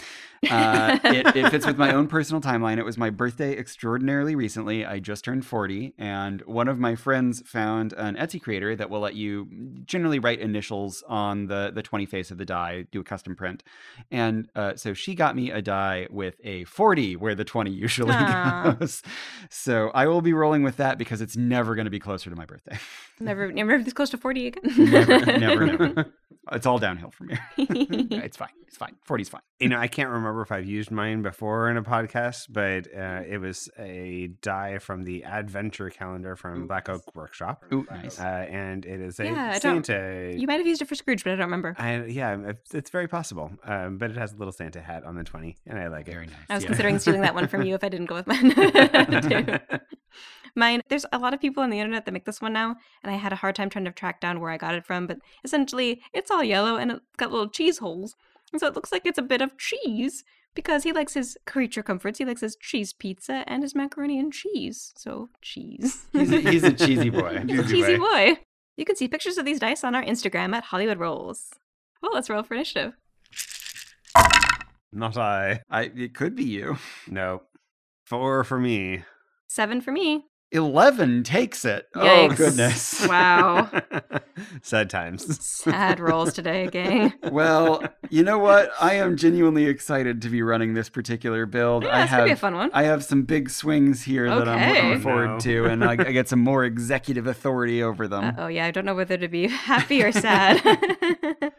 Speaker 3: Uh,
Speaker 1: [LAUGHS]
Speaker 3: it, it fits with my own personal timeline. It was my birthday extraordinarily recently. I just turned 40, and one of my friends found an Etsy creator that will let you generally write initials on the, the 20 face of the die, do a custom print. And uh, so she got me a die with a 40 where the 20 usually [LAUGHS]
Speaker 1: Aw.
Speaker 3: goes. So I will be rolling with that because it's never going to be closer to my birthday.
Speaker 1: Never, never this close to 40 again. [LAUGHS]
Speaker 3: never, [LAUGHS] never, never. It's all downhill from here. it's fine. It's fine. 40 is fine.
Speaker 2: You know, I can't remember if I've used mine before in a podcast, but uh, it was a die from the Adventure calendar from
Speaker 4: Ooh,
Speaker 2: Black
Speaker 4: nice.
Speaker 2: Oak Workshop,
Speaker 3: Ooh, nice.
Speaker 2: uh, and it is a
Speaker 1: Yeah, I don't-
Speaker 2: Santa.
Speaker 1: You might have used it for Scrooge, but I don't remember.
Speaker 2: I, yeah, um, it's- it's very possible, um, but it has a little Santa hat on the twenty, and I like it.
Speaker 3: Very nice.
Speaker 1: I was
Speaker 3: yeah.
Speaker 1: considering stealing that one from you if I didn't go with
Speaker 3: [LAUGHS]
Speaker 1: mine. [LAUGHS]
Speaker 2: [LAUGHS]
Speaker 1: too. Mine, there's a lot of people on the internet that make this one now, and I had a hard time trying to track down where I got it from, but essentially it's all yellow and it's got little cheese holes. And so it looks like it's a bit of cheese because he likes his creature comforts. He likes his cheese pizza and his macaroni and cheese. So, cheese. [LAUGHS]
Speaker 3: He's a, he's a cheesy boy.
Speaker 1: He's a
Speaker 4: Cheesy
Speaker 1: cheesy boy. You can see pictures of these dice on our Instagram at Hollywood Rolls. Well, let's roll for initiative.
Speaker 2: Not I.
Speaker 3: [LAUGHS] I, it could be you.
Speaker 2: No. Four for me.
Speaker 1: Seven for me.
Speaker 3: 11 takes it. Oh,
Speaker 1: Yikes.
Speaker 3: [LAUGHS] goodness.
Speaker 1: Wow.
Speaker 2: [LAUGHS] Sad times. [LAUGHS]
Speaker 1: Sad rolls today,
Speaker 3: [LAUGHS]
Speaker 1: gang.
Speaker 3: well, you know what? I am genuinely excited to be running this particular
Speaker 1: [LAUGHS]
Speaker 3: build.
Speaker 1: Yeah,
Speaker 3: I
Speaker 1: it's gonna be a
Speaker 3: have.
Speaker 1: fun one.
Speaker 3: I have some big swings here that I'm
Speaker 1: Okay.
Speaker 3: looking
Speaker 2: Oh,
Speaker 3: forward
Speaker 2: no.
Speaker 3: to, and I, I get some more executive authority over them.
Speaker 1: Uh oh, yeah, I don't know whether to be [LAUGHS] happy or
Speaker 3: [LAUGHS]
Speaker 1: sad. [LAUGHS]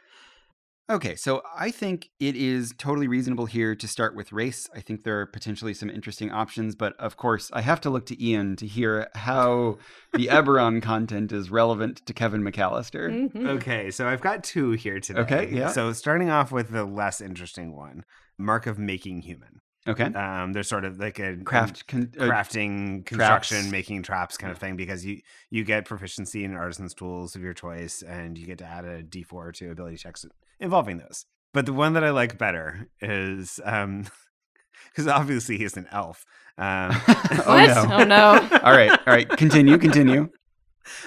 Speaker 3: Okay, so I think it is totally reasonable here to start with race. I think there are potentially some interesting options, but of course, I have to look to Ian to hear how the Eberron content is relevant to Kevin McAllister.
Speaker 1: Mhm.
Speaker 2: Okay, so I've got two here today.
Speaker 3: Okay, yeah.
Speaker 2: So starting off with the less interesting one, mark of making human.
Speaker 3: Okay.
Speaker 2: Um, there's sort of like a
Speaker 3: Craft, con- uh,
Speaker 2: crafting, construction,
Speaker 3: traps.
Speaker 2: making traps kind of thing because you you get proficiency in artisan's tools of your choice, and you get to add a d4 to ability checks involving those. But the one that I like better is um, [LAUGHS] because obviously he's an elf.
Speaker 1: [LAUGHS]
Speaker 2: Um,
Speaker 3: [LAUGHS] Oh,
Speaker 1: What?
Speaker 3: no.
Speaker 1: Oh no.
Speaker 3: [LAUGHS] All right, all right. Continue, continue.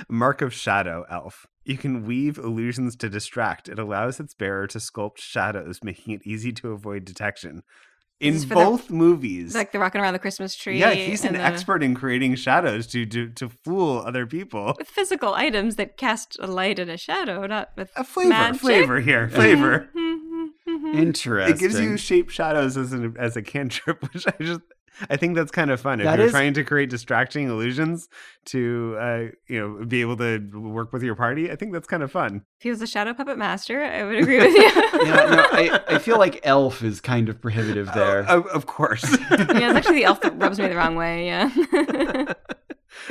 Speaker 2: Mark of Shadow Elf. You can weave illusions to distract. It allows its bearer to sculpt shadows, making it easy to avoid detection.
Speaker 1: is
Speaker 2: In
Speaker 1: for the-
Speaker 2: both movies.
Speaker 1: It's like the rocking around the Christmas tree.
Speaker 2: yeah, he's an
Speaker 1: and the
Speaker 2: expert in creating shadows to, to to fool other people.
Speaker 1: with physical items that cast a light and a shadow, not with
Speaker 2: [LAUGHS] A flavor,
Speaker 1: Magic?
Speaker 2: flavor
Speaker 1: [LAUGHS]
Speaker 2: here, flavor.
Speaker 1: Mhm, mhm, mhm.
Speaker 3: Interesting.
Speaker 2: it gives you shape shadows as an as a cantrip, [LAUGHS] which I just I think that's kind of fun. If
Speaker 3: That
Speaker 2: you're
Speaker 3: is-
Speaker 2: trying to create distracting illusions to uh, you know be able to work with your party, I think that's kind of fun.
Speaker 1: If he was a shadow puppet master, I would agree with you. [LAUGHS]
Speaker 3: [LAUGHS] Yeah, no, I, I feel like elf is kind of prohibitive
Speaker 2: Oh,
Speaker 3: there.
Speaker 2: Of, of course. [LAUGHS]
Speaker 1: yeah, it's actually the elf that rubs me the wrong way. Yeah.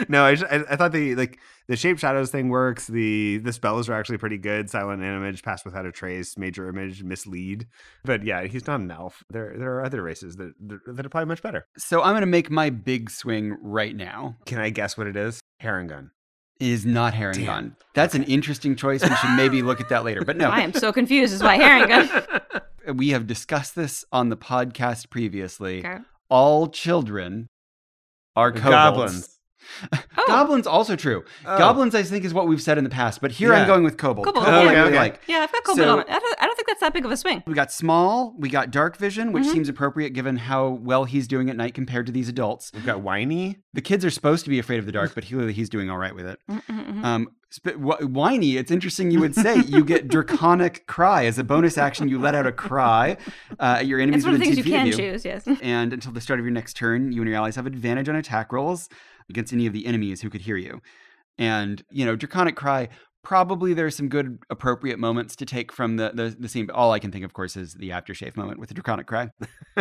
Speaker 4: no, I, just, I I thought the like the shape shadows thing works. The the spells are actually pretty good. Silent image, pass without a trace, major image, mislead. But yeah, he's not an elf. There there are other races that that, that apply much better.
Speaker 3: So I'm going to make my big swing right now.
Speaker 4: Can I guess what it is? Herringun.
Speaker 3: It is not Herringon. That's an interesting choice. We should maybe look at that later. But [LAUGHS] no,
Speaker 1: I am so confused as why
Speaker 3: [LAUGHS]
Speaker 1: Herringon.
Speaker 3: we have discussed this on the podcast previously.
Speaker 1: Okay.
Speaker 3: All children are kobolds.
Speaker 4: Goblins.
Speaker 1: Oh.
Speaker 3: Goblins also true.
Speaker 4: Oh.
Speaker 3: Goblins, I think, is what we've said in the past, but here I'm
Speaker 4: Yeah.
Speaker 3: going with kobold.
Speaker 1: Kobold,
Speaker 3: Kobold,
Speaker 1: yeah.
Speaker 3: I really
Speaker 4: Okay, okay.
Speaker 3: like.
Speaker 1: Yeah, I've got
Speaker 3: So-
Speaker 1: Cobalt. on it. I, don't, I don't think that's that big of a swing.
Speaker 3: We got small, we got dark vision, which
Speaker 1: Mhm.
Speaker 3: seems appropriate given how well he's doing at night compared to these adults.
Speaker 4: We've got whiny.
Speaker 3: The kids are supposed to be afraid of the dark, but clearly he's doing all right with it.
Speaker 1: Mm, mm, mm, mm.
Speaker 3: Um, sp- wh- whiny, it's interesting you would say
Speaker 1: [LAUGHS]
Speaker 3: you get draconic cry as a bonus action. You let out a cry uh, at your enemies
Speaker 1: It's one of the
Speaker 3: within
Speaker 1: things you
Speaker 3: two
Speaker 1: can
Speaker 3: feet of you.
Speaker 1: choose, yes.
Speaker 3: and until the start of your next turn, you and your allies have advantage on attack rolls against any of the enemies who could hear you. And, you know, Draconic Cry, probably there's some good, appropriate moments to take from the, the, the scene. But all I can think, of course, is the aftershave moment with the Draconic Cry.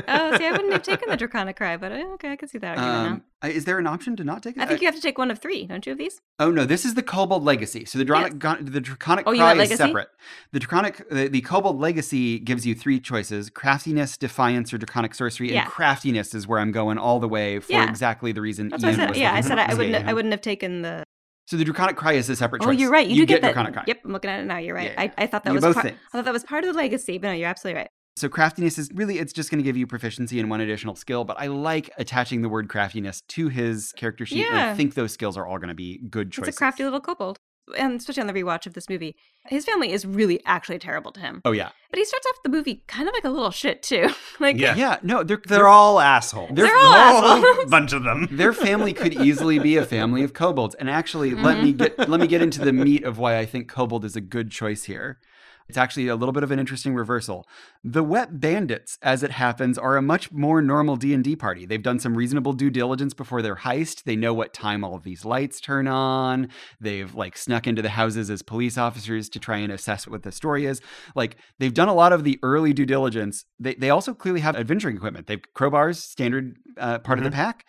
Speaker 1: Oh, see, I wouldn't have taken
Speaker 3: [LAUGHS]
Speaker 1: the Draconic Cry, but uh, okay, I can see that argument
Speaker 3: Um, I- is there an option to not take it?
Speaker 1: now. I think you have to take one of three, don't you, of these?
Speaker 3: oh, no, this is the Kobold Legacy. So the, Draconic,
Speaker 1: Yes.
Speaker 3: Gon- the Draconic
Speaker 1: Oh, you
Speaker 3: Cry
Speaker 1: want
Speaker 3: is
Speaker 1: Legacy?
Speaker 3: separate. The Draconic, the, the Kobold Legacy gives you three choices craftiness, defiance, or Draconic sorcery.
Speaker 1: Yeah.
Speaker 3: And craftiness is where I'm going all the way for
Speaker 1: Yeah.
Speaker 3: exactly the reason
Speaker 1: That's
Speaker 3: Ian
Speaker 1: what I said.
Speaker 3: [LAUGHS] was
Speaker 1: Yeah, I
Speaker 3: looking
Speaker 1: said
Speaker 3: for.
Speaker 1: I, I
Speaker 3: Yeah,
Speaker 1: wouldn't.
Speaker 3: yeah.
Speaker 1: I wouldn't have taken the.
Speaker 3: So the Draconic Cry is a separate choice.
Speaker 1: Oh, you're right. You, do get, that.
Speaker 3: Draconic Cry.
Speaker 1: Yep, I'm looking at it now. You're right.
Speaker 3: Yeah, yeah.
Speaker 1: I, I thought that
Speaker 3: You
Speaker 1: was
Speaker 3: both
Speaker 1: part,
Speaker 3: think.
Speaker 1: I thought that was part of the legacy, but no, you're absolutely right.
Speaker 3: So craftiness is really it's just going to give you proficiency and one additional skill, but I like attaching the word craftiness to his character sheet. I
Speaker 1: Yeah.
Speaker 3: think those skills are all going to be good choices.
Speaker 1: It's a crafty little kobold, and especially on the rewatch of this movie, his family is really actually terrible to him.
Speaker 3: Oh yeah.
Speaker 1: But he starts off the movie kind of like a little shit too. [LAUGHS] like
Speaker 4: Yeah.
Speaker 3: Yeah, no, they're
Speaker 4: They're all assholes.
Speaker 3: They're
Speaker 1: They're all
Speaker 4: a
Speaker 1: assholes.
Speaker 4: bunch of them.
Speaker 3: their family could easily be a family of kobolds. And actually, let me get let me get into the meat of why I think kobold is a good choice here. It's actually a little bit of an interesting reversal. The Wet Bandits, as it happens, are a much more normal D&D party. They've done some reasonable due diligence before their heist. They know what time all of these lights turn on. They've like snuck into the houses as police officers to try and assess what the story is. Like they've done a lot of the early due diligence. They they also clearly have adventuring equipment. They've crowbars, standard uh, part of the pack.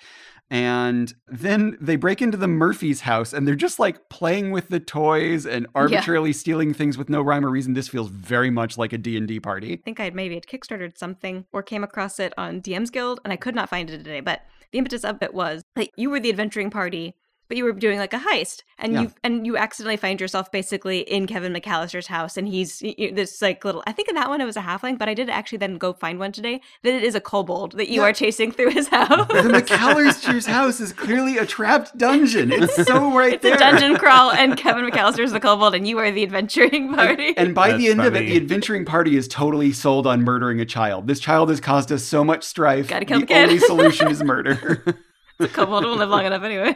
Speaker 3: And then they break into the Murphy's house and they're just like playing with the toys and arbitrarily stealing things with no rhyme or reason. This feels very much like a D&D party.
Speaker 1: I think I had maybe had Kickstartered something or came across it on DM's Guild, and I could not find it today. But the impetus of it was that you were the adventuring party, but you were doing like a heist, and
Speaker 3: Yeah.
Speaker 1: you and you accidentally find yourself basically in Kevin McAllister's house, and he's y- y- this like little. I think in that one it was a halfling, but I did actually then go find one today that it is a kobold that you
Speaker 3: Yeah.
Speaker 1: are chasing through
Speaker 3: [LAUGHS]
Speaker 1: his house.
Speaker 3: The McAllister's house is clearly a trapped dungeon. It's
Speaker 1: [LAUGHS]
Speaker 3: so right
Speaker 1: it's
Speaker 3: there.
Speaker 1: a dungeon crawl,
Speaker 3: [LAUGHS]
Speaker 1: and Kevin McAllister's the kobold, and you are the adventuring party.
Speaker 3: And by the
Speaker 4: That's
Speaker 3: end of it,
Speaker 4: funny.
Speaker 3: the adventuring party is totally sold on murdering a child. This child has caused us so much strife.
Speaker 1: Gotta kill
Speaker 3: the
Speaker 1: the kid.
Speaker 3: only solution
Speaker 1: [LAUGHS]
Speaker 3: is murder.
Speaker 1: the kobold will live long enough anyway.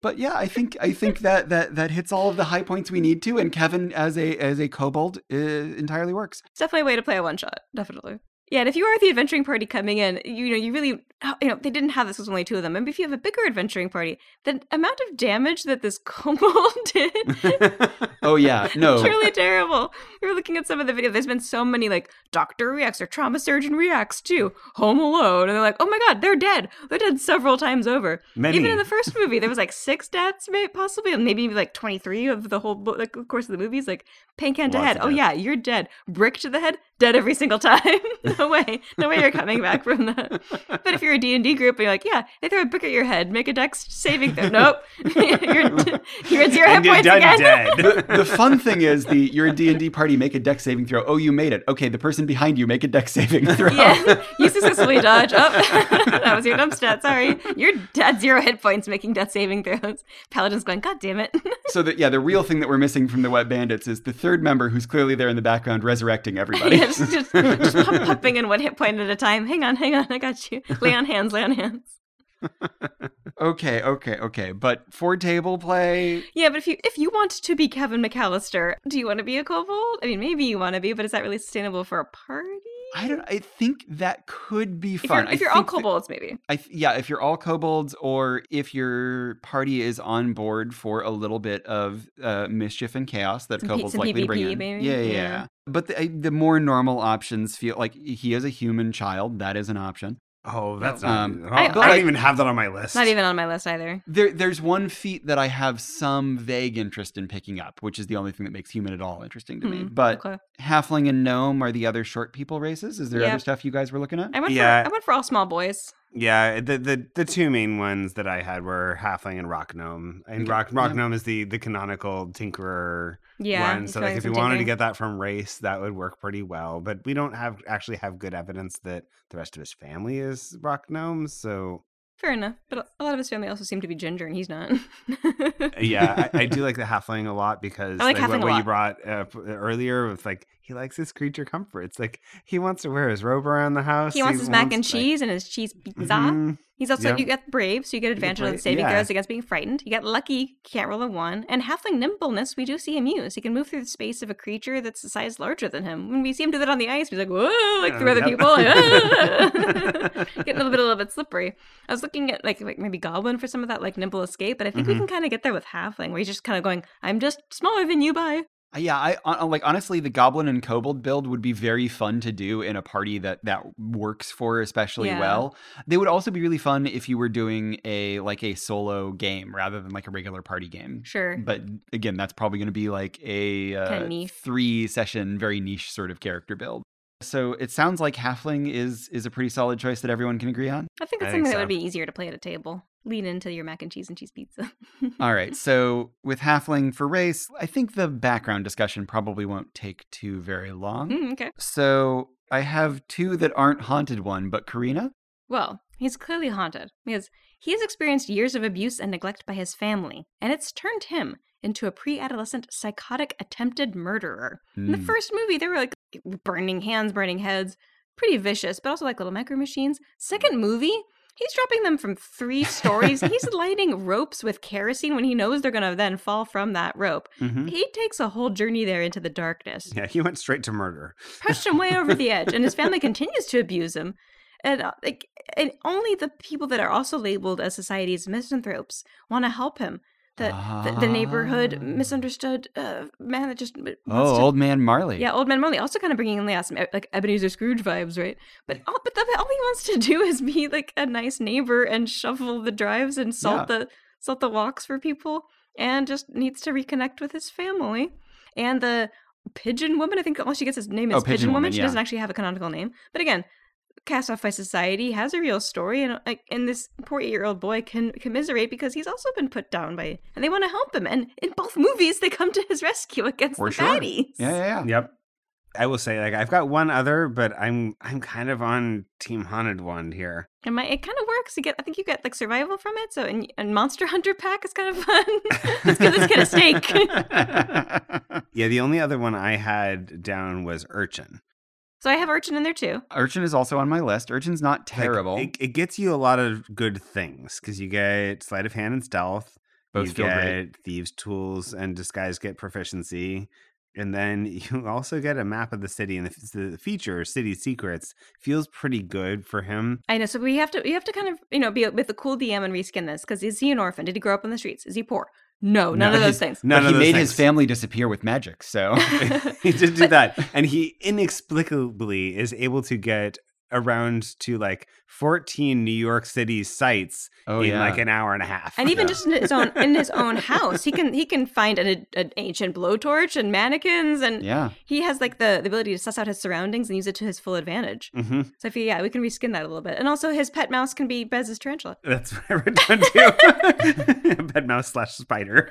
Speaker 3: But yeah, I think I think that that that hits all of the high points we need to, and Kevin as a as a kobold uh, entirely works.
Speaker 1: It's definitely a way to play a one shot. Definitely. Yeah, and if you are the adventuring party coming in, you know, you really, oh, you know, they didn't have this was only two of them. And if you have a bigger adventuring party, the amount of damage that this [LAUGHS] kobold did,
Speaker 3: Oh yeah, no,
Speaker 1: truly terrible. We were looking at some of the video. There's been so many like doctor reacts or trauma surgeon reacts to Home Alone, and they're like, oh my god, they're dead. They're dead several times over.
Speaker 4: Many.
Speaker 1: Even in the first movie, there was like six deaths, maybe possibly, and maybe like twenty three of the whole bo- like course of the movies. Like pancan to
Speaker 4: Lots
Speaker 1: head,
Speaker 4: of
Speaker 1: oh
Speaker 4: death.
Speaker 1: yeah, you're dead. Brick to the head, dead every single time. [LAUGHS] no way, no way you're coming back from that. But if you're a D and D group, and you're like, yeah, they throw a brick at your head, make a dex
Speaker 4: [LAUGHS]
Speaker 1: saving throw. Nope, [LAUGHS] you're, you're at zero hit
Speaker 4: and you're
Speaker 1: points
Speaker 4: done
Speaker 1: again.
Speaker 3: [LAUGHS]
Speaker 4: dead.
Speaker 3: the fun thing is the you're a D&D party make a deck saving throw. Oh, you made it. Okay, the person behind you make a deck saving throw.
Speaker 1: [LAUGHS] Yeah, you successfully dodge.
Speaker 2: [LAUGHS]
Speaker 1: Oh, [LAUGHS] that was your dump stat. Sorry, you're at zero hit points making death saving throws. Paladin's going, God damn it!
Speaker 3: So that yeah, the real thing that we're missing from the Wet Bandits is the third member who's clearly there in the background
Speaker 1: [LAUGHS]
Speaker 3: resurrecting everybody.
Speaker 1: Yeah, just just, just pop- popping in one hit point at a time. Hang on, hang on, I got
Speaker 2: [LAUGHS]
Speaker 1: you. Lay on hands, lay on hands.
Speaker 3: [LAUGHS] Okay, okay, okay. But for table play,
Speaker 1: Yeah, but if you if you want to be Kevin McAllister, do you want to be a kobold? I mean, maybe you want to be, but is that really sustainable for a party?
Speaker 3: I don't I think that could be
Speaker 1: If
Speaker 3: fun.
Speaker 1: you're,
Speaker 3: I
Speaker 1: if you're all
Speaker 3: think that-
Speaker 1: kobolds, maybe.
Speaker 3: I th- yeah, if you're all kobolds or if your party is on board for a little bit of uh, mischief and chaos that
Speaker 1: Some P-
Speaker 3: kobolds
Speaker 1: some
Speaker 3: likely bring
Speaker 1: PvP
Speaker 3: in.
Speaker 1: maybe?
Speaker 3: Yeah, yeah,
Speaker 1: Yeah.
Speaker 3: yeah. But the, I- the more normal options feel like he is a human child. That is an option.
Speaker 2: Oh, that's
Speaker 1: No.
Speaker 2: not,
Speaker 3: Um,
Speaker 2: oh,
Speaker 1: I-
Speaker 2: I, don't
Speaker 1: I-
Speaker 2: even have that on my list.
Speaker 1: Not even on my list either.
Speaker 3: There, there's one feat that I have some vague interest in picking up, which is the only thing that makes human at all interesting to me.
Speaker 1: Hmm,
Speaker 3: But
Speaker 1: okay.
Speaker 3: halfling and gnome are the other short people races. Is there
Speaker 1: Yeah.
Speaker 3: other stuff you guys were looking at?
Speaker 1: I went
Speaker 2: Yeah.
Speaker 1: for I went for all small boys.
Speaker 2: Yeah, the, the the two main ones that I had were halfling and rock gnome. And
Speaker 3: Okay,
Speaker 2: rock rock
Speaker 3: yeah.
Speaker 2: gnome is the the canonical tinkerer
Speaker 1: Yeah.
Speaker 2: one.
Speaker 1: he's
Speaker 2: So
Speaker 1: doing
Speaker 2: like if
Speaker 1: some
Speaker 2: you wanted to
Speaker 1: tinkering.
Speaker 2: get that from race, that would work pretty well. But we don't have actually have good evidence that the rest of his family is rock gnomes. So
Speaker 1: fair enough, but a- a lot of his family also seem to be ginger, and he's not. [LAUGHS]
Speaker 2: uh, yeah, I, I do like the halfling a lot because
Speaker 1: I like
Speaker 2: what,
Speaker 1: halfling a
Speaker 2: what you
Speaker 1: lot.
Speaker 2: brought uh, p- earlier with like he likes his creature comforts. Like he wants to wear his robe around the house.
Speaker 1: he wants his mac and
Speaker 2: like-
Speaker 1: cheese and his cheese pizza.
Speaker 2: Mhm.
Speaker 1: He's also
Speaker 2: Yeah.
Speaker 1: you get brave, so you get advantage on
Speaker 2: bra-
Speaker 1: saving
Speaker 2: yeah.
Speaker 1: throws against being frightened. You get lucky, can't roll a one, and halfling nimbleness. We do see him use. He can move through the space of a creature that's a size larger than him. When we see him do that on the ice, he's like whoa, like
Speaker 2: Oh,
Speaker 1: through other
Speaker 2: yep.
Speaker 1: people, like, [LAUGHS]
Speaker 2: [LAUGHS]
Speaker 1: "Ah!" getting a little bit a little bit slippery. I was looking at like like maybe goblin for some of that like nimble escape, but I think we
Speaker 2: Mhm.
Speaker 1: can kind of get there with halfling, where he's just kind of going, I'm just smaller than you by.
Speaker 3: Uh, Yeah, I on, on- like honestly, the goblin and kobold build would be very fun to do in a party that that works for especially
Speaker 1: Yeah.
Speaker 3: well. They would also be really fun if you were doing a like a solo game rather than like a regular party game.
Speaker 1: Sure.
Speaker 3: But again, that's probably going to be like a uh,
Speaker 1: niche.
Speaker 3: three session, very niche sort of character build. So it sounds like halfling is is a pretty solid choice that everyone can agree on.
Speaker 1: I think that's
Speaker 2: I
Speaker 1: something
Speaker 2: think
Speaker 1: that
Speaker 2: so.
Speaker 1: would be easier to play at a table. Lean into your mac and cheese and cheese pizza.
Speaker 2: Um
Speaker 1: [LAUGHS]
Speaker 3: All
Speaker 1: Mm-hmm.
Speaker 3: right. So with halfling for race, I think the background discussion probably won't take too very long.
Speaker 1: Mm, okay.
Speaker 3: So I have two that aren't haunted one, but Karina?
Speaker 1: Well, he's clearly haunted because he has experienced years of abuse and neglect by his family, and it's turned him into a pre adolescent psychotic attempted murderer. In the
Speaker 3: Hmm.
Speaker 1: first movie, they were like burning hands, burning heads, pretty vicious, but also like little micro machines. Second movie, he's dropping them from three
Speaker 2: [LAUGHS]
Speaker 1: stories. he's lighting ropes with kerosene when he knows they're going to then fall from that rope.
Speaker 2: Mhm.
Speaker 1: He takes a whole journey there into the darkness
Speaker 2: Yeah, he went straight to murder.
Speaker 1: pushed him way over the edge, and his family continues to abuse him. And uh, like, and only the people that are also labeled as society's misanthropes want to help him. The the, the neighborhood
Speaker 3: Ah.
Speaker 1: misunderstood uh, man that just w- wants
Speaker 3: Oh,
Speaker 1: to-
Speaker 3: old man Marley.
Speaker 1: yeah, old man Marley also kind of bringing in the awesome like Ebenezer Scrooge vibes, right? But all, but the, all he wants to do [LAUGHS] is be like a nice neighbor and shovel the drives and salt the salt the walks for people, and just needs to reconnect with his family. And the pigeon woman, I think, all she gets his name is
Speaker 3: Oh,
Speaker 1: pigeon,
Speaker 3: Pigeon
Speaker 1: woman.
Speaker 3: Woman,
Speaker 1: She
Speaker 3: yeah.
Speaker 1: doesn't actually have a canonical name, but again. Cast off by society has a real story, and uh, like, and this poor eight-year-old boy can commiserate because he's also been put down by, and they want to help him. And in both movies, they come to his rescue against
Speaker 3: For
Speaker 1: the
Speaker 3: sure.
Speaker 1: baddies.
Speaker 3: Yeah, yeah, yeah.
Speaker 2: Yep. I will say, like, I've got one other, but I'm I'm kind of on Team Haunted one here.
Speaker 1: And my it kind of works. You get, I think you get like survival from it. So and, and Monster [LAUGHS] Hunter pack is kind of fun. [LAUGHS] let's, get, let's
Speaker 2: [LAUGHS]
Speaker 1: get a snake. [LAUGHS]
Speaker 2: Yeah, the only other one I had down was Urchin.
Speaker 1: so I have urchin in there too.
Speaker 3: Urchin is also on my list. Urchin's not
Speaker 2: Like,
Speaker 3: terrible.
Speaker 2: it, it gets you a lot of good things because you get sleight of hand and stealth.
Speaker 3: Both
Speaker 2: you
Speaker 3: feel
Speaker 2: get
Speaker 3: great.
Speaker 2: thieves' tools and disguise get proficiency. And then [LAUGHS] you also get a map of the city, and the, the feature "City Secrets" feels pretty good for him.
Speaker 1: I know. So we have to we have to kind of you know be with the cool DM and reskin this because is he an orphan? Did he grow up on the streets? Is he poor? No, none
Speaker 3: No,
Speaker 1: of those
Speaker 3: he's-
Speaker 1: things.
Speaker 2: None of
Speaker 3: but he
Speaker 2: those
Speaker 3: made his
Speaker 2: things.
Speaker 3: family disappear with
Speaker 1: [LAUGHS]
Speaker 3: magic. So
Speaker 4: [LAUGHS]
Speaker 2: he did do that, and he inexplicably is able to get around to like 14 New York City sites
Speaker 3: oh
Speaker 2: in
Speaker 3: yeah.
Speaker 2: like an hour and a half.
Speaker 1: And even
Speaker 4: [LAUGHS]
Speaker 3: Yeah.
Speaker 1: just in his own in his own house, he can he can find an, an ancient blowtorch and mannequins, and
Speaker 3: yeah.
Speaker 1: he has like the, the ability to suss out his surroundings and use it to his full advantage.
Speaker 2: hmm
Speaker 1: So if he, yeah, we can reskin that a little bit, and also his pet mouse can be Bez's tarantula.
Speaker 2: That's what I wrote down
Speaker 4: [LAUGHS]
Speaker 2: too. Bed mouse slash spider.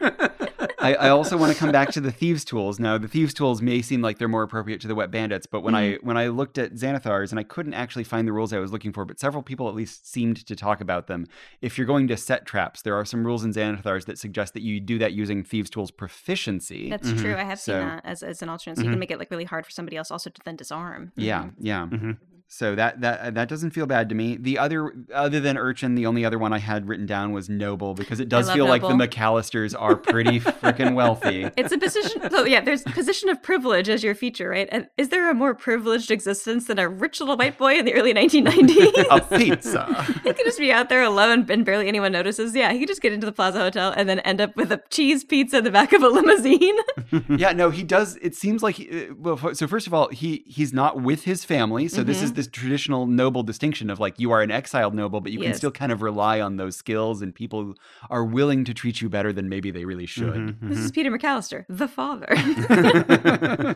Speaker 3: I, I also want to come back to the thieves' tools. Now, the thieves' tools may seem like they're more appropriate to the wet bandits, but when I when I looked at Xanathar's and I couldn't actually find the rules I was looking for, but several people at least seemed to talk about them. If you're going to set traps, there are some rules in Xanathar's that suggest that you do that using thieves' tools proficiency.
Speaker 1: That's
Speaker 2: Mhm.
Speaker 1: true. I have
Speaker 3: Mm-hmm. So- Mm-hmm.
Speaker 1: seen that as, as an alternate. So you can make it like really hard for somebody else also to then disarm.
Speaker 3: yeah, yeah.
Speaker 2: Mhm.
Speaker 3: So that that that doesn't feel bad to me. The other other than Urchin, the only other one I had written down was Noble because it does
Speaker 1: love
Speaker 3: feel like the
Speaker 1: Noble.
Speaker 3: McAllisters are pretty freaking wealthy.
Speaker 1: It's a
Speaker 3: [LAUGHS]
Speaker 1: position. So yeah, there's position of privilege as your feature, right? And is there a more privileged existence than a rich little white boy in the early
Speaker 3: [LAUGHS]
Speaker 1: 1990s?
Speaker 3: A pizza.
Speaker 1: [LAUGHS] he could just be out there alone and barely anyone notices. Yeah, he could just get into the Plaza Hotel and then end up with a cheese pizza in the back of a limousine. [LAUGHS] Mm-hmm.
Speaker 3: yeah no he does it seems like he, uh, well f- so first of all he he's not with his family so this is this traditional noble distinction of like you are an exiled noble, but you can
Speaker 1: Yes.
Speaker 3: still kind of rely on those skills, and people are willing to treat you better than maybe they really should.
Speaker 1: This
Speaker 3: Mm-hmm.
Speaker 1: is Peter McAllister, the
Speaker 3: [LAUGHS]
Speaker 1: father. [LAUGHS]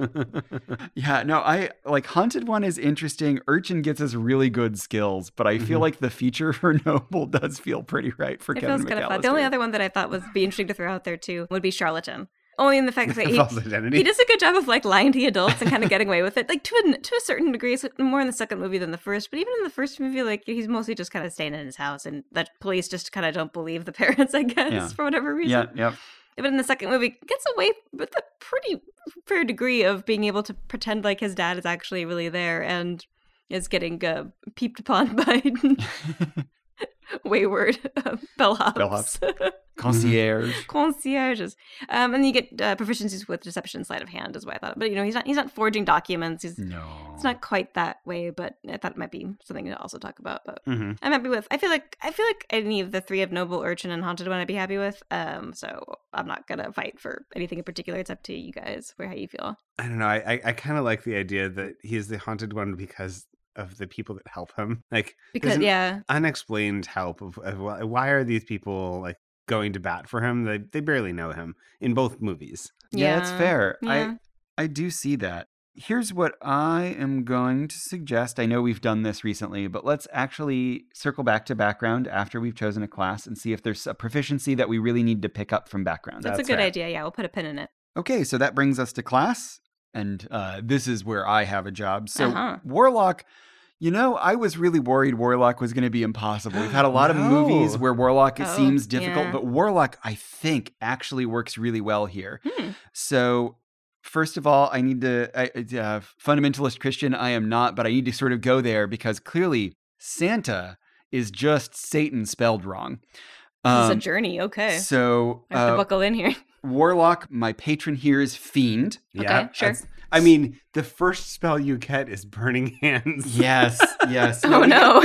Speaker 3: Yeah, no, I like Haunted One is interesting. Urchin gets us really good skills, but I feel
Speaker 4: Mhm.
Speaker 3: like the feature [LAUGHS] for Noble does feel pretty right for
Speaker 1: it
Speaker 3: Kevin
Speaker 1: feels
Speaker 3: McAllister.
Speaker 1: kind of fun. The only other one that I thought would be interesting to throw out there too would be Charlatan. Only in the fact
Speaker 3: [LAUGHS]
Speaker 1: that he,
Speaker 4: False identity.
Speaker 1: he does a good job of like lying to the adults and kind of getting away with it, like to a, to a certain degree. It's more in the second movie than the first, but even in the first movie, like he's mostly just kind of staying in his house, and that police just kind of don't believe the [LAUGHS] parents, I guess,
Speaker 3: Yeah.
Speaker 1: for whatever reason.
Speaker 3: yeah, yeah.
Speaker 1: But in the second movie, gets away with a pretty fair degree of being able to pretend like his dad is actually really there and is getting uh, peeped upon [LAUGHS]
Speaker 3: [LAUGHS]
Speaker 1: by wayward uh, bellhops,
Speaker 3: Bellhops. Concierge.
Speaker 1: concierges. Um, and you get uh, proficiencies with deception, sleight of hand, is what I thought. But you know, he's not he's not forging documents. He's
Speaker 3: No.
Speaker 1: it's not quite that way, but I thought it might be something to also talk about. But
Speaker 4: Mhm.
Speaker 1: I'm happy with. I feel like I feel like any of the three of Noble, Urchin, and Haunted One, I'd be happy with. Um, so I'm not gonna fight for anything in particular. It's up to you guys for how you feel.
Speaker 4: I don't know. I I, I kind of like the idea that he is the haunted one because of the people that help him. Like
Speaker 1: Because
Speaker 4: Isn't-
Speaker 1: yeah,
Speaker 4: unexplained help of, of why why are these people like going to bat for him? They they barely know him in both movies.
Speaker 3: Yeah, that's
Speaker 1: Yeah.
Speaker 3: fair.
Speaker 1: Yeah.
Speaker 3: I I do see that. Here's what I am going to suggest. I know we've done this recently, but let's actually circle back to background after we've chosen a class and see if there's a proficiency that we really need to pick up from background.
Speaker 1: that's,
Speaker 4: That's
Speaker 1: a good
Speaker 4: fair.
Speaker 1: idea. Yeah, we'll put a pin in it.
Speaker 3: Okay, so that brings us to class, and uh, this is where I have a job. So
Speaker 1: Uh-huh.
Speaker 3: Warlock, you know, I was really worried Warlock was going to be impossible. We've
Speaker 1: [GASPS]
Speaker 3: had a lot of movies
Speaker 4: No.
Speaker 3: where Warlock it
Speaker 1: Oh,
Speaker 3: seems difficult,
Speaker 1: yeah.
Speaker 3: but Warlock I think actually works really well here.
Speaker 1: Hmm.
Speaker 3: So. First of all, I need to I, I- uh, fundamentalist Christian. I am not, but I need to sort of go there because clearly Santa is just Satan spelled wrong.
Speaker 1: This is a
Speaker 3: Um,
Speaker 1: journey. Okay,
Speaker 3: so
Speaker 1: I have to
Speaker 3: uh,
Speaker 1: buckle in here.
Speaker 3: Warlock, my patron here is Fiend.
Speaker 1: okay, sure.
Speaker 4: that's- I mean, the first spell you get is burning [LAUGHS]
Speaker 3: [LAUGHS]
Speaker 4: hands.
Speaker 3: Yes, yes.
Speaker 1: [LAUGHS] Oh
Speaker 3: [LAUGHS]
Speaker 1: no.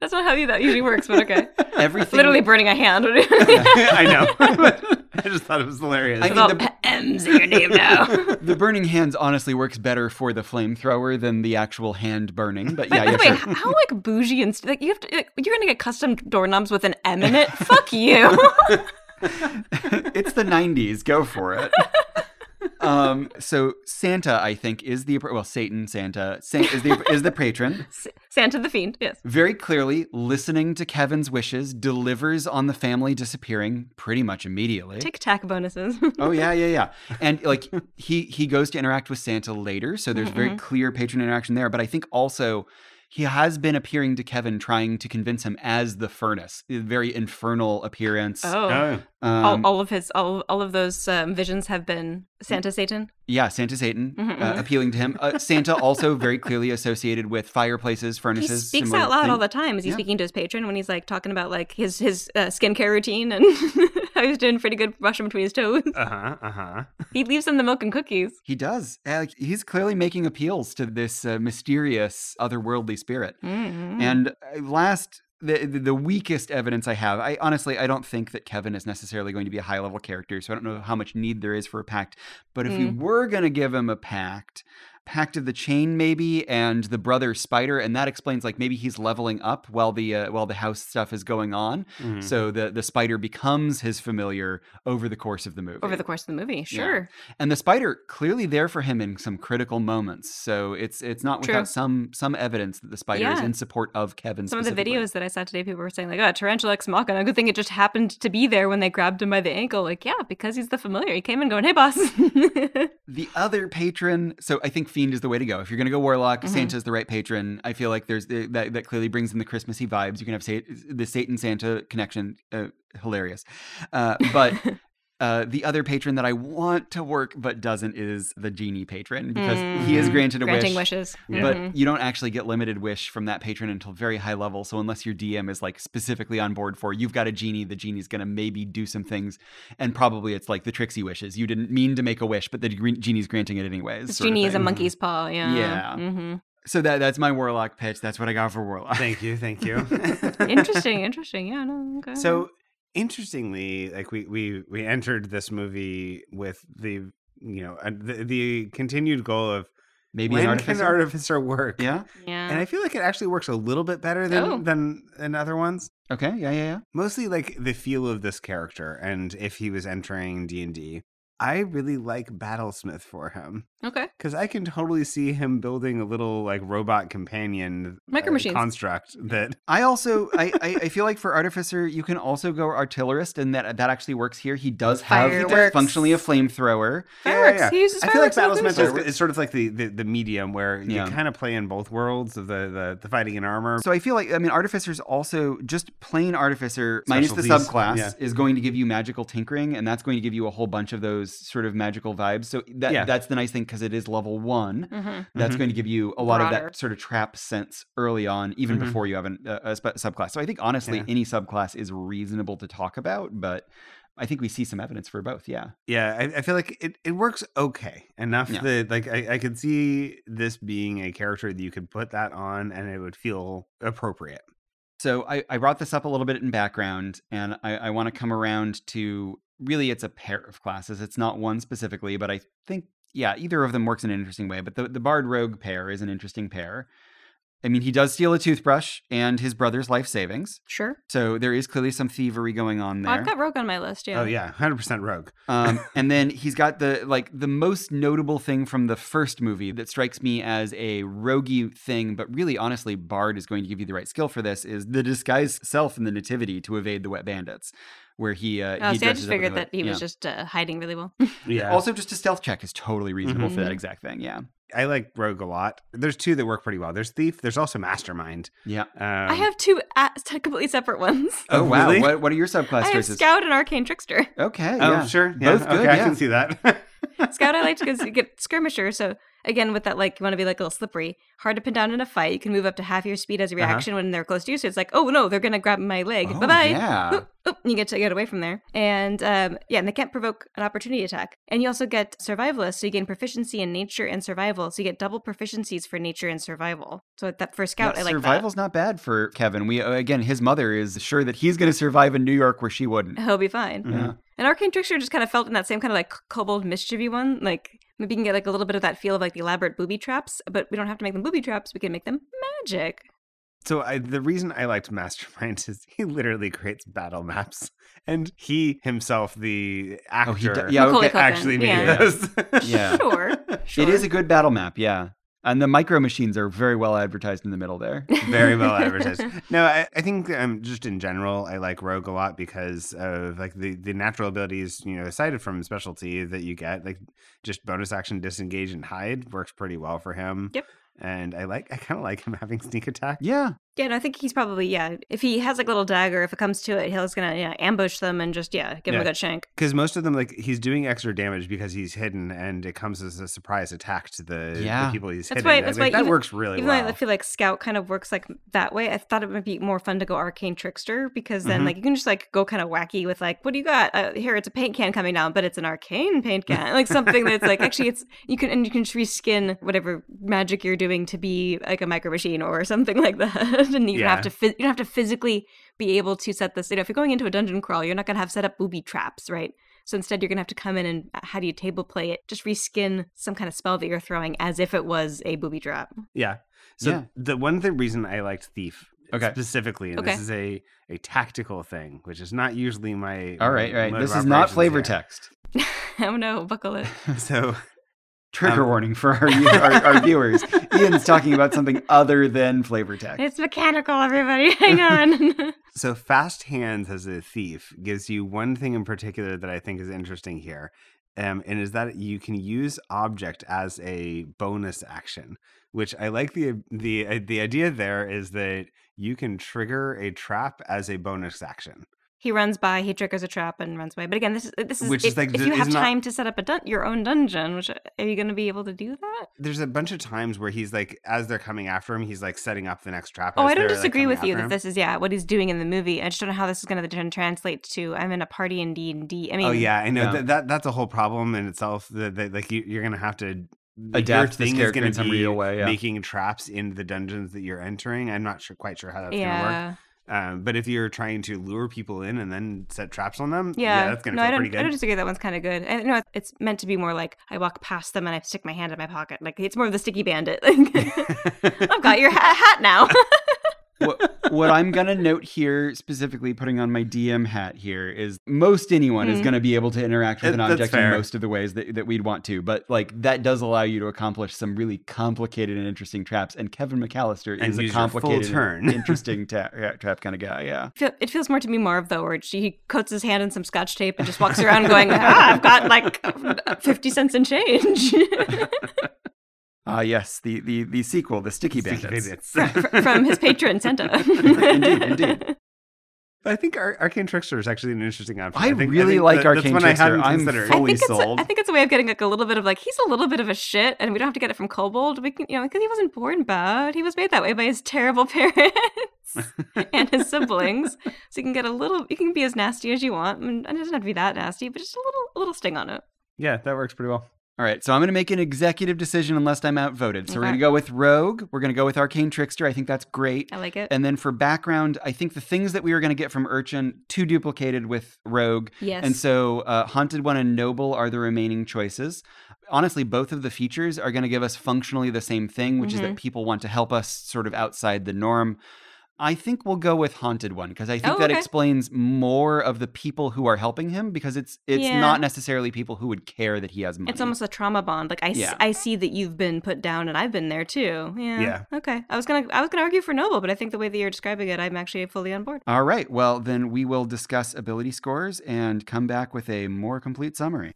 Speaker 1: That's not how you- that usually works, but
Speaker 3: [LAUGHS]
Speaker 1: okay.
Speaker 3: Everything
Speaker 1: Literally burning a hand. [LAUGHS]
Speaker 4: I know. But [LAUGHS] I just thought it was hilarious.
Speaker 3: I
Speaker 1: It's
Speaker 3: mean,
Speaker 1: all
Speaker 3: the-
Speaker 1: M's in your name
Speaker 3: [LAUGHS]
Speaker 1: now. By
Speaker 3: the burning hands honestly works better for the flamethrower than the actual hand
Speaker 1: [LAUGHS]
Speaker 3: burning. But yeah,
Speaker 1: the
Speaker 3: yeah,
Speaker 1: way,
Speaker 3: sure.
Speaker 1: h- how like bougie and st- like you have to like, you're gonna get custom doorknobs with an M
Speaker 3: [LAUGHS]
Speaker 1: in it? Fuck you. [LAUGHS]
Speaker 3: it's the 90s. Go for it. Um, so Santa, I think, is the well, Satan, Santa, Sa- is the is the patron.
Speaker 1: S- Santa the Fiend, yes.
Speaker 3: Very clearly, listening to Kevin's wishes, delivers on the family disappearing pretty much immediately.
Speaker 1: Tic Tac bonuses. [LAUGHS]
Speaker 3: Oh yeah, yeah, yeah. And like he he goes to interact with Santa later, so there's very clear patron interaction there. But I think also he has been appearing to Kevin, trying to convince him as the furnace, a very infernal appearance.
Speaker 1: oh.
Speaker 4: Oh,
Speaker 1: all,
Speaker 3: Um,
Speaker 1: all of his all, all of those um, visions have been Santa Satan.
Speaker 3: yeah, Santa Satan
Speaker 1: Mhm,
Speaker 3: uh,
Speaker 1: mhm.
Speaker 3: appealing to him. Uh, Santa also very clearly associated with fireplaces,
Speaker 1: He
Speaker 3: furnaces.
Speaker 1: speaks
Speaker 3: similar
Speaker 1: out loud all
Speaker 3: thing.
Speaker 1: the time. Is he
Speaker 3: Yeah.
Speaker 1: speaking to his patron when he's like talking about like his his uh, skincare routine and [LAUGHS] how he's doing pretty good brushing between his toes?
Speaker 4: uh huh, uh huh.
Speaker 1: He leaves them the milk and cookies.
Speaker 3: He does. Uh, like, he's clearly making appeals to this uh, mysterious, otherworldly spirit.
Speaker 1: Mm-hmm.
Speaker 3: And uh, last, the, the the weakest evidence I have, I honestly I don't think that Kevin is necessarily going to be a high level character, so I don't know how much need there is for a pact. But if we
Speaker 1: Mm.
Speaker 3: were going to give him a pact, pact of the chain maybe, and the brother spider, and that explains like maybe he's leveling up while the uh, while the house stuff is going on,
Speaker 1: Mm-hmm.
Speaker 4: Mhm.
Speaker 3: so the the spider becomes his familiar over the course of the movie.
Speaker 1: over the course of the movie, sure.
Speaker 3: and the spider clearly there for him in some critical moments, so it's it's not
Speaker 1: True.
Speaker 3: without some some evidence that the spider is
Speaker 1: Yeah.
Speaker 3: in support of Kevin.
Speaker 1: Some of the
Speaker 3: specifically.
Speaker 1: videos that I saw today, people were saying like, "Oh, tarantula ex machina." Good thing it just happened to be there when they grabbed him by the ankle. Like, yeah, because he's the familiar. He came in going, "Hey,
Speaker 3: [LAUGHS]
Speaker 1: boss."
Speaker 3: The other patron, so I think Fiend is the way to go. If you're going to go Warlock,
Speaker 1: Mhm.
Speaker 3: Santa's the right patron. I feel like there's the, that that clearly brings in the Christmassy vibes. You can have Sa- the Satan Santa connection, uh, hilarious. Uh,
Speaker 1: [LAUGHS]
Speaker 3: but uh, the other patron that I want to work but doesn't is the genie patron because he is
Speaker 1: Mm.
Speaker 3: granted a
Speaker 1: Granting
Speaker 3: wish.
Speaker 1: wishes.
Speaker 4: Yeah.
Speaker 3: But
Speaker 1: Mhm.
Speaker 3: you don't actually get limited wish from that patron until very high level. So unless your DM is like specifically on board for you've got a genie, the genie's gonna maybe do some things, and probably it's like the Trixie wishes. You didn't mean to make a wish, but the green- genie's granting it anyways.
Speaker 1: This
Speaker 3: sort of
Speaker 1: genie is a
Speaker 3: thing.
Speaker 1: monkey's paw. Yeah.
Speaker 3: Yeah.
Speaker 1: Mhm.
Speaker 3: [LAUGHS] So that that's my warlock pitch. That's what I got for warlock.
Speaker 4: [LAUGHS] Thank you, thank you.
Speaker 1: interesting. Interesting. Yeah. No. Okay.
Speaker 4: [LAUGHS] So interestingly, like we we we entered this movie with the you know uh, the, the continued goal of
Speaker 3: [LAUGHS] Maybe
Speaker 2: When
Speaker 3: an
Speaker 2: can
Speaker 3: artificer.
Speaker 2: an artificer work?
Speaker 3: yeah.
Speaker 1: Yeah.
Speaker 2: And I feel like it actually works a little bit better than
Speaker 1: Oh.
Speaker 2: than, than other ones.
Speaker 3: Okay. Yeah. Yeah. Yeah.
Speaker 2: Mostly like the feel of this character and if he was entering D&D. I really like Battlesmith for him
Speaker 1: okay.
Speaker 2: because I can totally see him building a little like robot companion uh,
Speaker 1: Micro machines.
Speaker 2: construct
Speaker 1: [LAUGHS]
Speaker 2: that
Speaker 3: I also I, I I feel like for artificer you can also go artillerist and that that actually works here. He does have
Speaker 1: Fireworks.
Speaker 3: that's functionally a flamethrower.
Speaker 2: Yeah,
Speaker 1: Fireworks.
Speaker 2: yeah.
Speaker 1: He uses
Speaker 2: I feel like
Speaker 1: fireworks. in
Speaker 2: Battlesmith
Speaker 1: the
Speaker 2: is,
Speaker 1: movie.
Speaker 2: is sort of like the, the, the medium where
Speaker 3: Yeah.
Speaker 2: you kind of play in both worlds of the, the, the fighting in armor.
Speaker 3: So I feel like I mean artificer's also just plain artificer minus the
Speaker 2: Specialties,
Speaker 3: subclass
Speaker 2: yeah.
Speaker 3: is going to give you magical tinkering and that's going to give you a whole bunch of those sort of magical vibes. So that
Speaker 2: Yeah.
Speaker 3: that's the nice thing because it is level one.
Speaker 1: Mhm.
Speaker 3: That's
Speaker 2: Mhm.
Speaker 3: going to give you a lot of
Speaker 1: Broader.
Speaker 3: that sort of trap sense early on, even
Speaker 2: Mhm.
Speaker 3: before you have an, a, a sp- subclass. So I think honestly,
Speaker 2: Yeah.
Speaker 3: any subclass is reasonable to talk about, but I think we see some evidence for both. Yeah.
Speaker 2: yeah, I, I feel like it, it works okay enough
Speaker 3: Yeah.
Speaker 2: that like I, I could see this being a character that you could put that on and it would feel appropriate.
Speaker 3: So I, I brought this up a little bit in background, and I, I want to come around to really it's a pair of classes. It's not one specifically, but I think, yeah, either of them works in an interesting way. But the, the Bard Rogue pair is an interesting pair. I mean, he does steal a toothbrush and his brother's life savings.
Speaker 1: Sure.
Speaker 3: So there is clearly some thievery going on there.
Speaker 1: I've got Rogue on my list. Yeah.
Speaker 2: Oh yeah, hundred percent rogue.
Speaker 1: [LAUGHS]
Speaker 3: Um, and then he's got the like the most notable thing from the first movie that strikes me as a roguey thing, but really honestly, Bard is going to give you the right skill for this is the disguise self in the nativity to evade the wet bandits, where he uh,
Speaker 1: Oh,
Speaker 3: he
Speaker 1: see, I just
Speaker 3: dresses up as a
Speaker 1: figured
Speaker 3: wet-
Speaker 1: that he
Speaker 3: yeah. Um,
Speaker 1: was just uh, hiding really well.
Speaker 2: Yeah,
Speaker 3: Also, just a stealth check is totally reasonable for that
Speaker 1: Mhm.
Speaker 3: exact thing. Yeah,
Speaker 2: I like rogue a lot. There's two that work pretty well. There's thief. There's also mastermind.
Speaker 3: yeah.
Speaker 2: Um,
Speaker 1: [LAUGHS] I have two a- [LAUGHS] completely separate ones.
Speaker 3: Oh,
Speaker 2: Oh,
Speaker 3: wow.
Speaker 2: really? [LAUGHS]
Speaker 3: What, what are your subclass
Speaker 1: I have
Speaker 3: choices?
Speaker 1: Scout and Arcane Trickster.
Speaker 3: Okay.
Speaker 2: Oh
Speaker 3: yeah.
Speaker 2: sure, yeah,
Speaker 3: Both good,
Speaker 2: okay, I
Speaker 3: yeah.
Speaker 2: can see that. [LAUGHS]
Speaker 1: Scout, I like because you get skirmisher. So again, with that, like you want to be like a little slippery, hard to pin down in a fight. You can move up to half your speed as a
Speaker 2: Uh-huh.
Speaker 1: reaction when they're close to you. So it's like, oh no, they're gonna grab my leg.
Speaker 3: Oh,
Speaker 1: bye bye. [LAUGHS]
Speaker 3: Yeah.
Speaker 1: Oop, oop, and you get to get away from there. And um, yeah, and they can't provoke an opportunity attack. And you also get survivalist, so you gain proficiency in nature and survival. So you get double proficiencies for nature and survival. So at that for scout,
Speaker 3: Yeah,
Speaker 1: I like
Speaker 3: survival's not bad for Kevin. We again, his mother is sure that he's going to survive in New York where she wouldn't.
Speaker 1: that. He'll be fine.
Speaker 2: Mhm.
Speaker 3: Yeah.
Speaker 1: And arcane trickster just kind of felt in that same kind of like kobold mischievy one. Like maybe you can get like a little bit of that feel of like the elaborate booby traps, but we don't have to make them booby traps. We can make them magic.
Speaker 2: So I, the reason I liked Mastermind [LAUGHS] is he literally creates battle maps, and he himself, the actor,
Speaker 3: Oh, he d- yeah,
Speaker 1: Macaulay
Speaker 3: okay.
Speaker 1: Culkin,
Speaker 2: actually made
Speaker 1: yeah.
Speaker 2: those.
Speaker 3: Yeah.
Speaker 1: [LAUGHS] Sure. sure.
Speaker 3: It is a good battle map, yeah. And the micro machines are very well advertised in the
Speaker 4: [LAUGHS]
Speaker 3: middle there.
Speaker 2: Very well
Speaker 1: [LAUGHS]
Speaker 2: advertised. No, I, I think um, just in general, I like Rogue a lot because of like the, the natural abilities, you know, aside from specialty that you get, like just bonus action disengage and hide works pretty well for him.
Speaker 1: Yep.
Speaker 2: And I like, I kind of like him [LAUGHS] having sneak attack.
Speaker 3: Yeah.
Speaker 1: Yeah, and I think he's probably yeah. If he has like a little dagger, if it comes to it, he's gonna yeah, ambush them and just yeah, give them a
Speaker 2: Yeah.
Speaker 1: good shank.
Speaker 2: Because most of them, like he's doing extra damage because he's hidden, and it comes as a surprise attack to the, the
Speaker 3: Yeah.
Speaker 2: people he's
Speaker 1: That's
Speaker 2: hidden.
Speaker 1: why-
Speaker 2: I
Speaker 1: that's
Speaker 2: think
Speaker 1: why
Speaker 2: that
Speaker 1: even-
Speaker 2: works really
Speaker 1: Even
Speaker 2: well.
Speaker 1: though I feel like scout kind of works like that way, I thought it would be more fun to go arcane trickster because then
Speaker 2: Mhm.
Speaker 1: like you can just like go kind of wacky with like, what do you got? Uh, here, it's a paint can coming down, but it's an arcane paint can, like something that's like actually it's you can and you can just reskin whatever magic you're doing to be like a micro machine or something like that, [LAUGHS] and you don't
Speaker 2: Yeah.
Speaker 1: have to phys- you don't have to physically be able to set this. You know, if you're going into a dungeon crawl, you're not gonna have set up booby traps, right? So instead, you're going to have to come in and uh, how do you table play it? Just reskin some kind of spell that you're throwing as if it was a booby trap.
Speaker 2: Yeah. So
Speaker 3: Yeah.
Speaker 2: the one thing reason I liked Thief
Speaker 3: Okay.
Speaker 2: specifically, and
Speaker 1: Okay.
Speaker 2: this is a a tactical thing, which is not usually my
Speaker 3: All right,
Speaker 2: my
Speaker 3: right.
Speaker 2: mode
Speaker 3: This
Speaker 2: of
Speaker 3: is not
Speaker 2: operations
Speaker 3: flavor
Speaker 2: here.
Speaker 3: text.
Speaker 1: [LAUGHS] oh no, buckle it.
Speaker 2: [LAUGHS] So
Speaker 3: Trigger
Speaker 2: Um,
Speaker 3: warning for
Speaker 4: [LAUGHS]
Speaker 3: our, our, our viewers. Ian's talking about something other than flavor text.
Speaker 1: It's mechanical, everybody. [LAUGHS] Hang on.
Speaker 2: so fast hands as a thief gives you one thing in particular that I think is interesting here. Um, and is that you can use object as a bonus action, which I like the the uh, the idea there is that you can trigger a trap as a bonus action.
Speaker 1: he runs by, he triggers a trap and runs away. But again, this is this is,
Speaker 2: Which is
Speaker 1: if,
Speaker 2: like
Speaker 1: if
Speaker 2: the-
Speaker 1: you have
Speaker 2: is not-
Speaker 1: time to set up a dun- your own dungeon, which are you going to be able to do that?
Speaker 2: There's a bunch of times where he's like, as they're coming after him, he's like setting up the next trap.
Speaker 1: Oh,
Speaker 2: as
Speaker 1: I don't
Speaker 2: they're, like,
Speaker 1: disagree
Speaker 2: coming
Speaker 1: with you
Speaker 2: after
Speaker 1: that
Speaker 2: him.
Speaker 1: this is yeah what he's doing in the movie. I just don't know how this is going to translate to I'm in a party in D and D. I mean,
Speaker 2: oh yeah, I know
Speaker 3: Yeah.
Speaker 2: That, that that's a whole problem in itself. That, that like you, you're gonna have to like, your
Speaker 3: Adapt this
Speaker 2: thing is
Speaker 3: character
Speaker 2: gonna
Speaker 3: in some
Speaker 2: be
Speaker 3: real way. Yeah.
Speaker 2: making traps in the dungeons that you're entering. I'm not sure quite sure how that's gonna work. uh,
Speaker 1: yeah.
Speaker 4: Um, but if you're trying to lure people in and then set traps on them,
Speaker 1: Yeah,
Speaker 4: that's gonna
Speaker 1: no,
Speaker 4: feel
Speaker 1: I don't.
Speaker 4: pretty good.
Speaker 1: I don't disagree. That one's kind of good. I, no, it's meant to be more like I walk past them and I stick my hand in my pocket. Like it's more of the sticky bandit. [LAUGHS] I've got your ha- hat now.
Speaker 3: what, what I'm going to note here, specifically putting on my DM hat here, is most anyone is
Speaker 1: Mhm.
Speaker 3: going to be able to interact with
Speaker 4: That-
Speaker 3: an
Speaker 4: Hmm. that's
Speaker 3: object in
Speaker 4: fair.
Speaker 3: most of the ways that, that we'd want to. But like that does allow you to accomplish some really complicated and interesting traps. And Kevin McAllister
Speaker 4: And
Speaker 3: is a
Speaker 4: use your full
Speaker 3: complicated, and
Speaker 4: turn.
Speaker 3: [LAUGHS] interesting ta- yeah, trap kind of guy. Yeah.
Speaker 1: Feel- it feels more to me Marv though, where he coats his hand in some scotch tape and just walks around going, ah, "I've got like fifty cents in change." [LAUGHS]
Speaker 3: Ah, yes, the the the sequel, the
Speaker 2: [LAUGHS]
Speaker 3: Sticky,
Speaker 4: Sticky
Speaker 3: Bandits.
Speaker 4: bandits.
Speaker 1: Fr- from his patron Santa.
Speaker 3: [LAUGHS] Indeed, indeed.
Speaker 4: I think Ar- Arcane Trickster is actually an interesting option.
Speaker 3: I
Speaker 4: think-
Speaker 3: really
Speaker 4: think
Speaker 3: like
Speaker 4: that- that's
Speaker 3: Arcane
Speaker 4: one
Speaker 3: Trickster.
Speaker 4: I hadn't
Speaker 3: I'm
Speaker 4: considered.
Speaker 1: [LAUGHS] I
Speaker 3: full- fully
Speaker 1: think, it's
Speaker 3: sold.
Speaker 1: A, I think it's a way of getting like a little bit of like he's a little bit of a shit, and we don't have to get it from Kobold. We can, you know, because he wasn't born bad. He was made that way by his terrible [LAUGHS]
Speaker 3: [LAUGHS]
Speaker 1: parents and his siblings. So you can get a little, you can be as nasty as you want, and it doesn't have to be that nasty, but just a little, a little sting on it.
Speaker 4: yeah, that works pretty
Speaker 2: [LAUGHS]
Speaker 4: well.
Speaker 3: All right, so I'm going to make an executive decision unless I'm outvoted. So we're
Speaker 1: Okay.
Speaker 3: going to go with Rogue. We're going to go with Arcane Trickster. I think that's great.
Speaker 1: I like it.
Speaker 3: And then for background, I think the things that we were going to get from Urchin too duplicated with Rogue.
Speaker 1: yes.
Speaker 3: And so uh, Haunted One and Noble are the remaining choices. Honestly, both of the features are going to give us functionally the same thing, which is that
Speaker 1: Mm-hmm.
Speaker 3: people want to help us sort of outside the norm. I think we'll go with Haunted One because I think
Speaker 1: Oh,
Speaker 3: that
Speaker 1: okay.
Speaker 3: explains more of the people who are helping him because it's it's
Speaker 1: Yeah.
Speaker 3: not necessarily people who would care that he has money.
Speaker 1: it's almost a trauma bond. Like I, s-
Speaker 3: Yeah.
Speaker 1: I see that you've been put down, and I've been there too. Yeah.
Speaker 4: Yeah.
Speaker 1: Okay. I was gonna, I was gonna argue for noble, but I think the way that you're describing it, I'm actually fully on board.
Speaker 3: All right. Well, then we will discuss ability scores and come back with a more complete summary.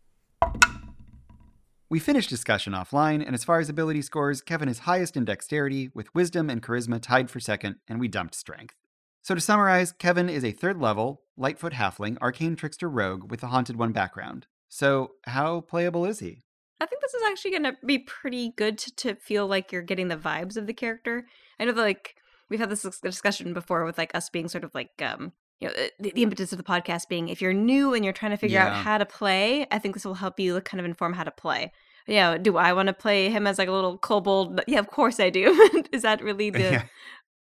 Speaker 3: We finished discussion offline, and as far as ability scores, Kevin is highest in dexterity, with wisdom and charisma tied for second, and we dumped strength. So to summarize, Kevin is a third level, Lightfoot Halfling, Arcane Trickster Rogue with a Haunted One background. So, how playable is he?
Speaker 1: I think this is actually going to be pretty good to, to feel like you're getting the vibes of the character. I know that like we've had this dis- discussion before with like us being sort of like um you know uh, the, the impetus of the podcast being if you're new and you're trying to figure
Speaker 3: Yeah.
Speaker 1: out how to play, I think this will help you like, kind of inform how to play. Yeah, do I want to play him as like a little kobold? Yeah, of course I do. [LAUGHS] is that really the
Speaker 4: Yeah.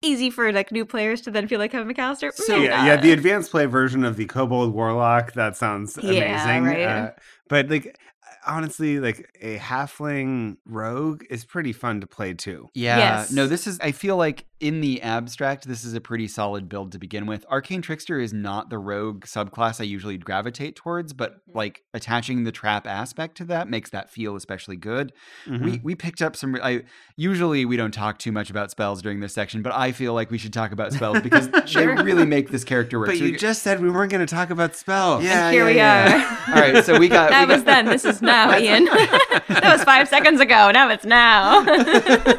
Speaker 1: easy for like new players to then feel like Kevin McAllister? Mm.
Speaker 3: So-
Speaker 1: Maybe
Speaker 4: yeah, yeah, the
Speaker 1: not.
Speaker 4: advanced play version of the Kobold Warlock. That sounds
Speaker 1: Yeah,
Speaker 4: amazing. uh,
Speaker 1: right?
Speaker 4: but like honestly, like a halfling rogue is pretty fun to play too.
Speaker 3: Yeah.
Speaker 1: Yes.
Speaker 3: No, this is, I feel like in the abstract, this is a pretty solid build to begin with. Arcane Trickster is not the rogue subclass I usually gravitate towards, but
Speaker 1: Mm-hmm.
Speaker 3: like attaching the trap aspect to that makes that feel especially good. We,
Speaker 1: Mm-hmm.
Speaker 3: we picked up some, I usually we don't talk too much about spells during this section, but I feel like we should talk about
Speaker 1: [LAUGHS]
Speaker 3: spells because
Speaker 1: Sure.
Speaker 3: they really make this character work.
Speaker 4: but
Speaker 3: So
Speaker 4: you
Speaker 3: we-
Speaker 4: just said we weren't going to talk about spells.
Speaker 3: Yeah,
Speaker 1: here we
Speaker 3: yeah, All right.
Speaker 1: [LAUGHS]
Speaker 3: So [LAUGHS] we got,
Speaker 1: that
Speaker 3: we
Speaker 1: was then. This is
Speaker 3: [LAUGHS]
Speaker 1: now, Ian. that was five seconds ago. Now it's [LAUGHS]
Speaker 3: [LAUGHS]
Speaker 1: now.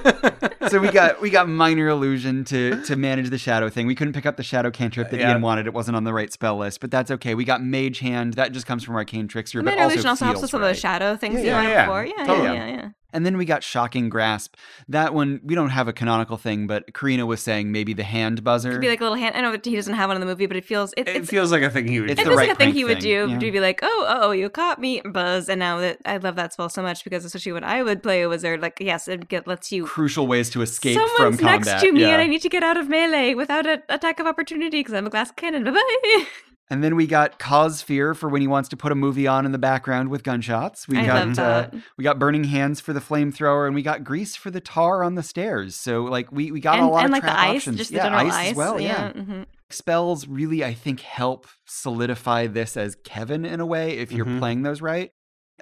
Speaker 3: got, so we got, we got minor illusion to, to manage the shadow thing. We couldn't pick up the shadow cantrip that
Speaker 4: Yeah.
Speaker 3: Ian wanted. It wasn't on the right spell list, but that's okay. We got mage hand. That just comes from arcane trickster.
Speaker 1: The
Speaker 3: but
Speaker 1: Mana
Speaker 3: also
Speaker 1: illusion also helps
Speaker 3: feels
Speaker 1: us with
Speaker 3: right.
Speaker 1: those shadow things
Speaker 4: Yeah,
Speaker 1: you
Speaker 4: yeah,
Speaker 1: wanted
Speaker 4: yeah.
Speaker 1: before. Yeah,
Speaker 3: Totally.
Speaker 1: yeah, yeah, yeah.
Speaker 3: And then we got shocking grasp. That one we don't have a canonical thing, but Karina was saying maybe the hand buzzer.
Speaker 1: It'd be like a little hand. I know that he doesn't have one in the movie, but it feels it,
Speaker 4: It
Speaker 1: it's,
Speaker 4: feels like a thing he would
Speaker 3: It's
Speaker 1: it
Speaker 4: do.
Speaker 3: the
Speaker 1: feels [LAUGHS]
Speaker 3: right
Speaker 1: like a thing he
Speaker 3: prank
Speaker 1: would
Speaker 3: thing,
Speaker 1: do
Speaker 3: yeah.
Speaker 1: to be like, oh, oh, you caught me, buzz. And now that I love that spell so much because especially when I would play a wizard, like yes, it get, lets you.
Speaker 3: Crucial ways to escape
Speaker 1: Someone's
Speaker 3: from combat.
Speaker 1: next to me,
Speaker 3: yeah.
Speaker 1: and I need to get out of melee without an attack of opportunity because I'm a glass cannon. Bye [LAUGHS] bye.
Speaker 3: And then we got cause fear for when he wants to put a movie on in the background with gunshots. We
Speaker 1: I
Speaker 3: got
Speaker 1: love
Speaker 3: uh,
Speaker 1: that.
Speaker 3: we got burning hands for the flamethrower, and we got grease for the tar on the stairs. So like we we got a
Speaker 1: and
Speaker 3: lot
Speaker 1: and
Speaker 3: of
Speaker 1: like the
Speaker 3: trap
Speaker 1: ice,
Speaker 3: options.
Speaker 1: just the
Speaker 3: yeah,
Speaker 1: general
Speaker 3: ice, as well. yeah.
Speaker 1: mhm.
Speaker 3: spells really i think help solidify this as kevin in a way if you're
Speaker 4: Mhm.
Speaker 3: playing those right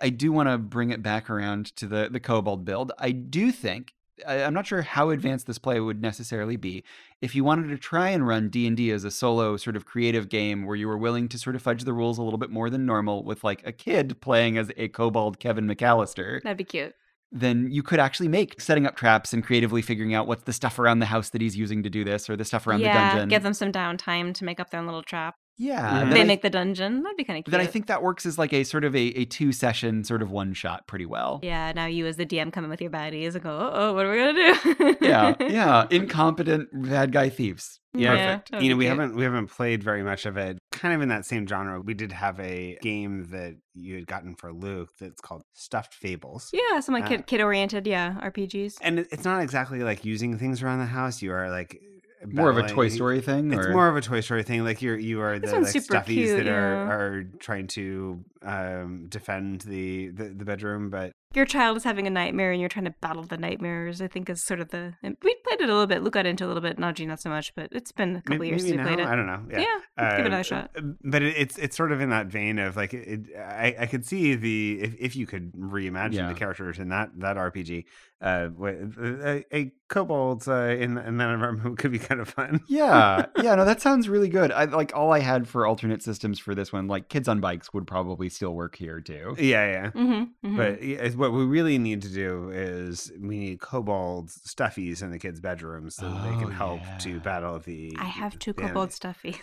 Speaker 3: i do want to bring it back around to the the kobold build i do think I, i'm not sure how advanced this play would necessarily be if you wanted to try and run d&d as a solo sort of creative game where you were willing to sort of fudge the rules a little bit more than normal with like a kid playing as a kobold kevin mcallister
Speaker 1: That'd be cute.
Speaker 3: then you could actually make setting up traps and creatively figuring out what's the stuff around the house that he's using to do this or the stuff around
Speaker 1: yeah,
Speaker 3: the dungeon
Speaker 1: give them some downtime to make up their own little trap.
Speaker 3: yeah
Speaker 4: Mhm.
Speaker 2: Mm-hmm.
Speaker 3: that
Speaker 1: They
Speaker 3: I
Speaker 1: make the dungeon. That'd be kind of cute.
Speaker 3: then I think that works as like a sort of a, a two session sort of one shot pretty well.
Speaker 1: Yeah, now you as the DM come in with your baddies and go, oh, oh what are we gonna do? [LAUGHS]
Speaker 3: yeah, yeah. Incompetent bad guy thieves.
Speaker 1: Yeah.
Speaker 3: Perfect.
Speaker 1: that would
Speaker 4: you know,
Speaker 1: be
Speaker 4: we
Speaker 1: cute.
Speaker 4: haven't we haven't played very much of it. Kind of in that same genre, we did have a game that you had gotten for Luke that's called Stuffed Fables.
Speaker 1: Yeah, some like
Speaker 4: Uh,
Speaker 1: kid kid oriented, yeah, RPGs.
Speaker 4: And it- it's not exactly like using things around the house. You are like
Speaker 3: More of a
Speaker 2: battling.
Speaker 3: Toy Story thing?
Speaker 2: It's
Speaker 3: or-
Speaker 2: more of a Toy Story thing. Like you're you are
Speaker 1: This
Speaker 2: the like,
Speaker 1: one's super
Speaker 2: stuffies
Speaker 1: cute,
Speaker 2: that are
Speaker 1: yeah.
Speaker 2: are trying to um defend the, the the bedroom, but
Speaker 1: Your child is having a nightmare and you're trying to battle the nightmares, I think is sort of the. and We played it a little bit. Luke got into it a little bit. Naji, not so much, but it's been a couple
Speaker 2: may-
Speaker 1: years
Speaker 2: maybe
Speaker 1: since we played
Speaker 2: now?
Speaker 1: it.
Speaker 2: I don't know.
Speaker 1: yeah.
Speaker 2: Yeah.
Speaker 1: let's
Speaker 3: uh,
Speaker 1: give it
Speaker 2: Um,
Speaker 1: another shot.
Speaker 2: But it, it's it's sort of in that vein of like it, it- I I could see the if, if you could reimagine
Speaker 3: Yeah.
Speaker 2: the characters in that that RPG, uh, wh- a, a kobold uh, in in that environment [LAUGHS] could be kind of
Speaker 1: [LAUGHS]
Speaker 2: fun. [LAUGHS]
Speaker 3: yeah yeah no that sounds really good i like all i had for alternate systems for this one like kids on bikes would probably still work here too
Speaker 2: Yeah, yeah.
Speaker 1: Mm-hmm, hmm
Speaker 2: But yeah, it's- what we really need to do is we need kobold stuffies in the kids' bedrooms so that they
Speaker 3: Oh,
Speaker 2: can help to
Speaker 3: yeah.
Speaker 2: battle the.
Speaker 1: I have two
Speaker 2: the
Speaker 1: kobold stuffies.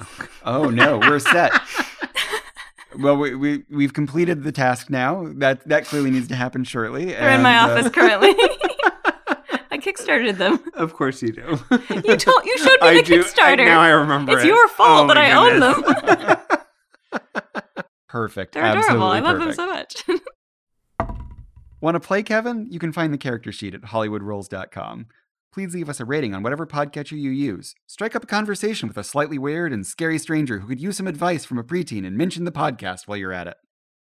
Speaker 3: oh no we're set well we, we we've completed the task now that that clearly needs to happen shortly
Speaker 1: They're in my
Speaker 3: and, uh,
Speaker 1: office currently. [LAUGHS] I kickstarted them.
Speaker 2: Of course you do.
Speaker 1: [LAUGHS] You
Speaker 2: [LAUGHS]
Speaker 1: told you showed me
Speaker 2: I
Speaker 1: the
Speaker 2: do. I,
Speaker 1: Kickstarter.
Speaker 2: now I remember.
Speaker 1: it's
Speaker 2: it.
Speaker 1: your fault
Speaker 2: Oh
Speaker 1: that
Speaker 2: my
Speaker 1: I own
Speaker 2: goodness.
Speaker 1: them.
Speaker 2: [LAUGHS]
Speaker 1: [LAUGHS]
Speaker 3: perfect
Speaker 1: They're adorable.
Speaker 3: Absolutely
Speaker 1: I love
Speaker 3: perfect.
Speaker 1: them so much. [LAUGHS]
Speaker 3: Want to play Kevin? You can find the character sheet at hollywoodrolls.com. Please leave us a rating on whatever podcatcher you use. Strike up a conversation with a slightly weird and scary stranger who could use some advice from a preteen and mention the podcast while you're at it.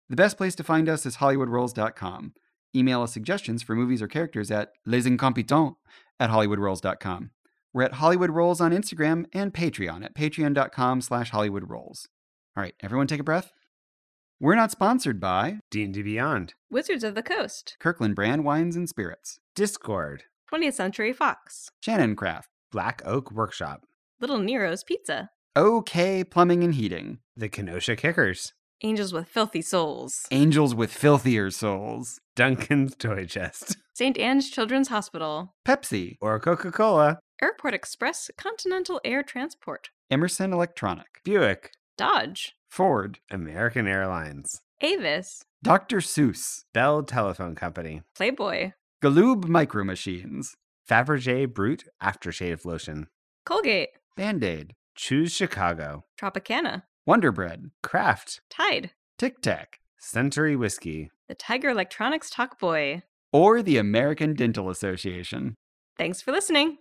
Speaker 3: The best place to find us is hollywoodrolls.com. Email us suggestions for movies or characters at lesincompetent at hollywoodrolls.com. We're at Hollywood Rolls on Instagram and Patreon at patreon.com slash hollywoodrolls. All right, everyone take a breath. We're not sponsored by
Speaker 2: D&D Beyond,
Speaker 1: Wizards of the Coast,
Speaker 3: Kirkland Brand Wines and Spirits.
Speaker 2: Discord,
Speaker 1: 20th Century Fox,
Speaker 3: Shannon Craft,
Speaker 2: Black Oak Workshop,
Speaker 1: Little Nero's Pizza,
Speaker 3: OK Plumbing and Heating,
Speaker 2: The Kenosha Kickers,
Speaker 1: Angels with Filthy Souls,
Speaker 3: Angels with Filthier Souls,
Speaker 2: Duncan's Toy Chest,
Speaker 1: St. Anne's Children's Hospital,
Speaker 3: Pepsi,
Speaker 2: or Coca-Cola,
Speaker 1: Airport Express Continental Air Transport,
Speaker 3: Emerson Electronic,
Speaker 2: Buick,
Speaker 1: Dodge,
Speaker 3: Ford,
Speaker 2: American Airlines,
Speaker 1: Avis,
Speaker 3: Dr. Seuss,
Speaker 2: Bell Telephone Company,
Speaker 1: Playboy,
Speaker 3: Galoob Micro Machines,
Speaker 2: Fabergé Brute Aftershave Lotion,
Speaker 1: Colgate,
Speaker 3: Band Aid,
Speaker 2: Choose Chicago,
Speaker 1: Tropicana,
Speaker 3: Wonder Bread,
Speaker 2: Kraft,
Speaker 1: Tide,
Speaker 3: Tic Tac,
Speaker 2: Century Whiskey,
Speaker 1: the Tiger Electronics Talk Boy.
Speaker 3: or the American Dental Association.
Speaker 1: Thanks for listening.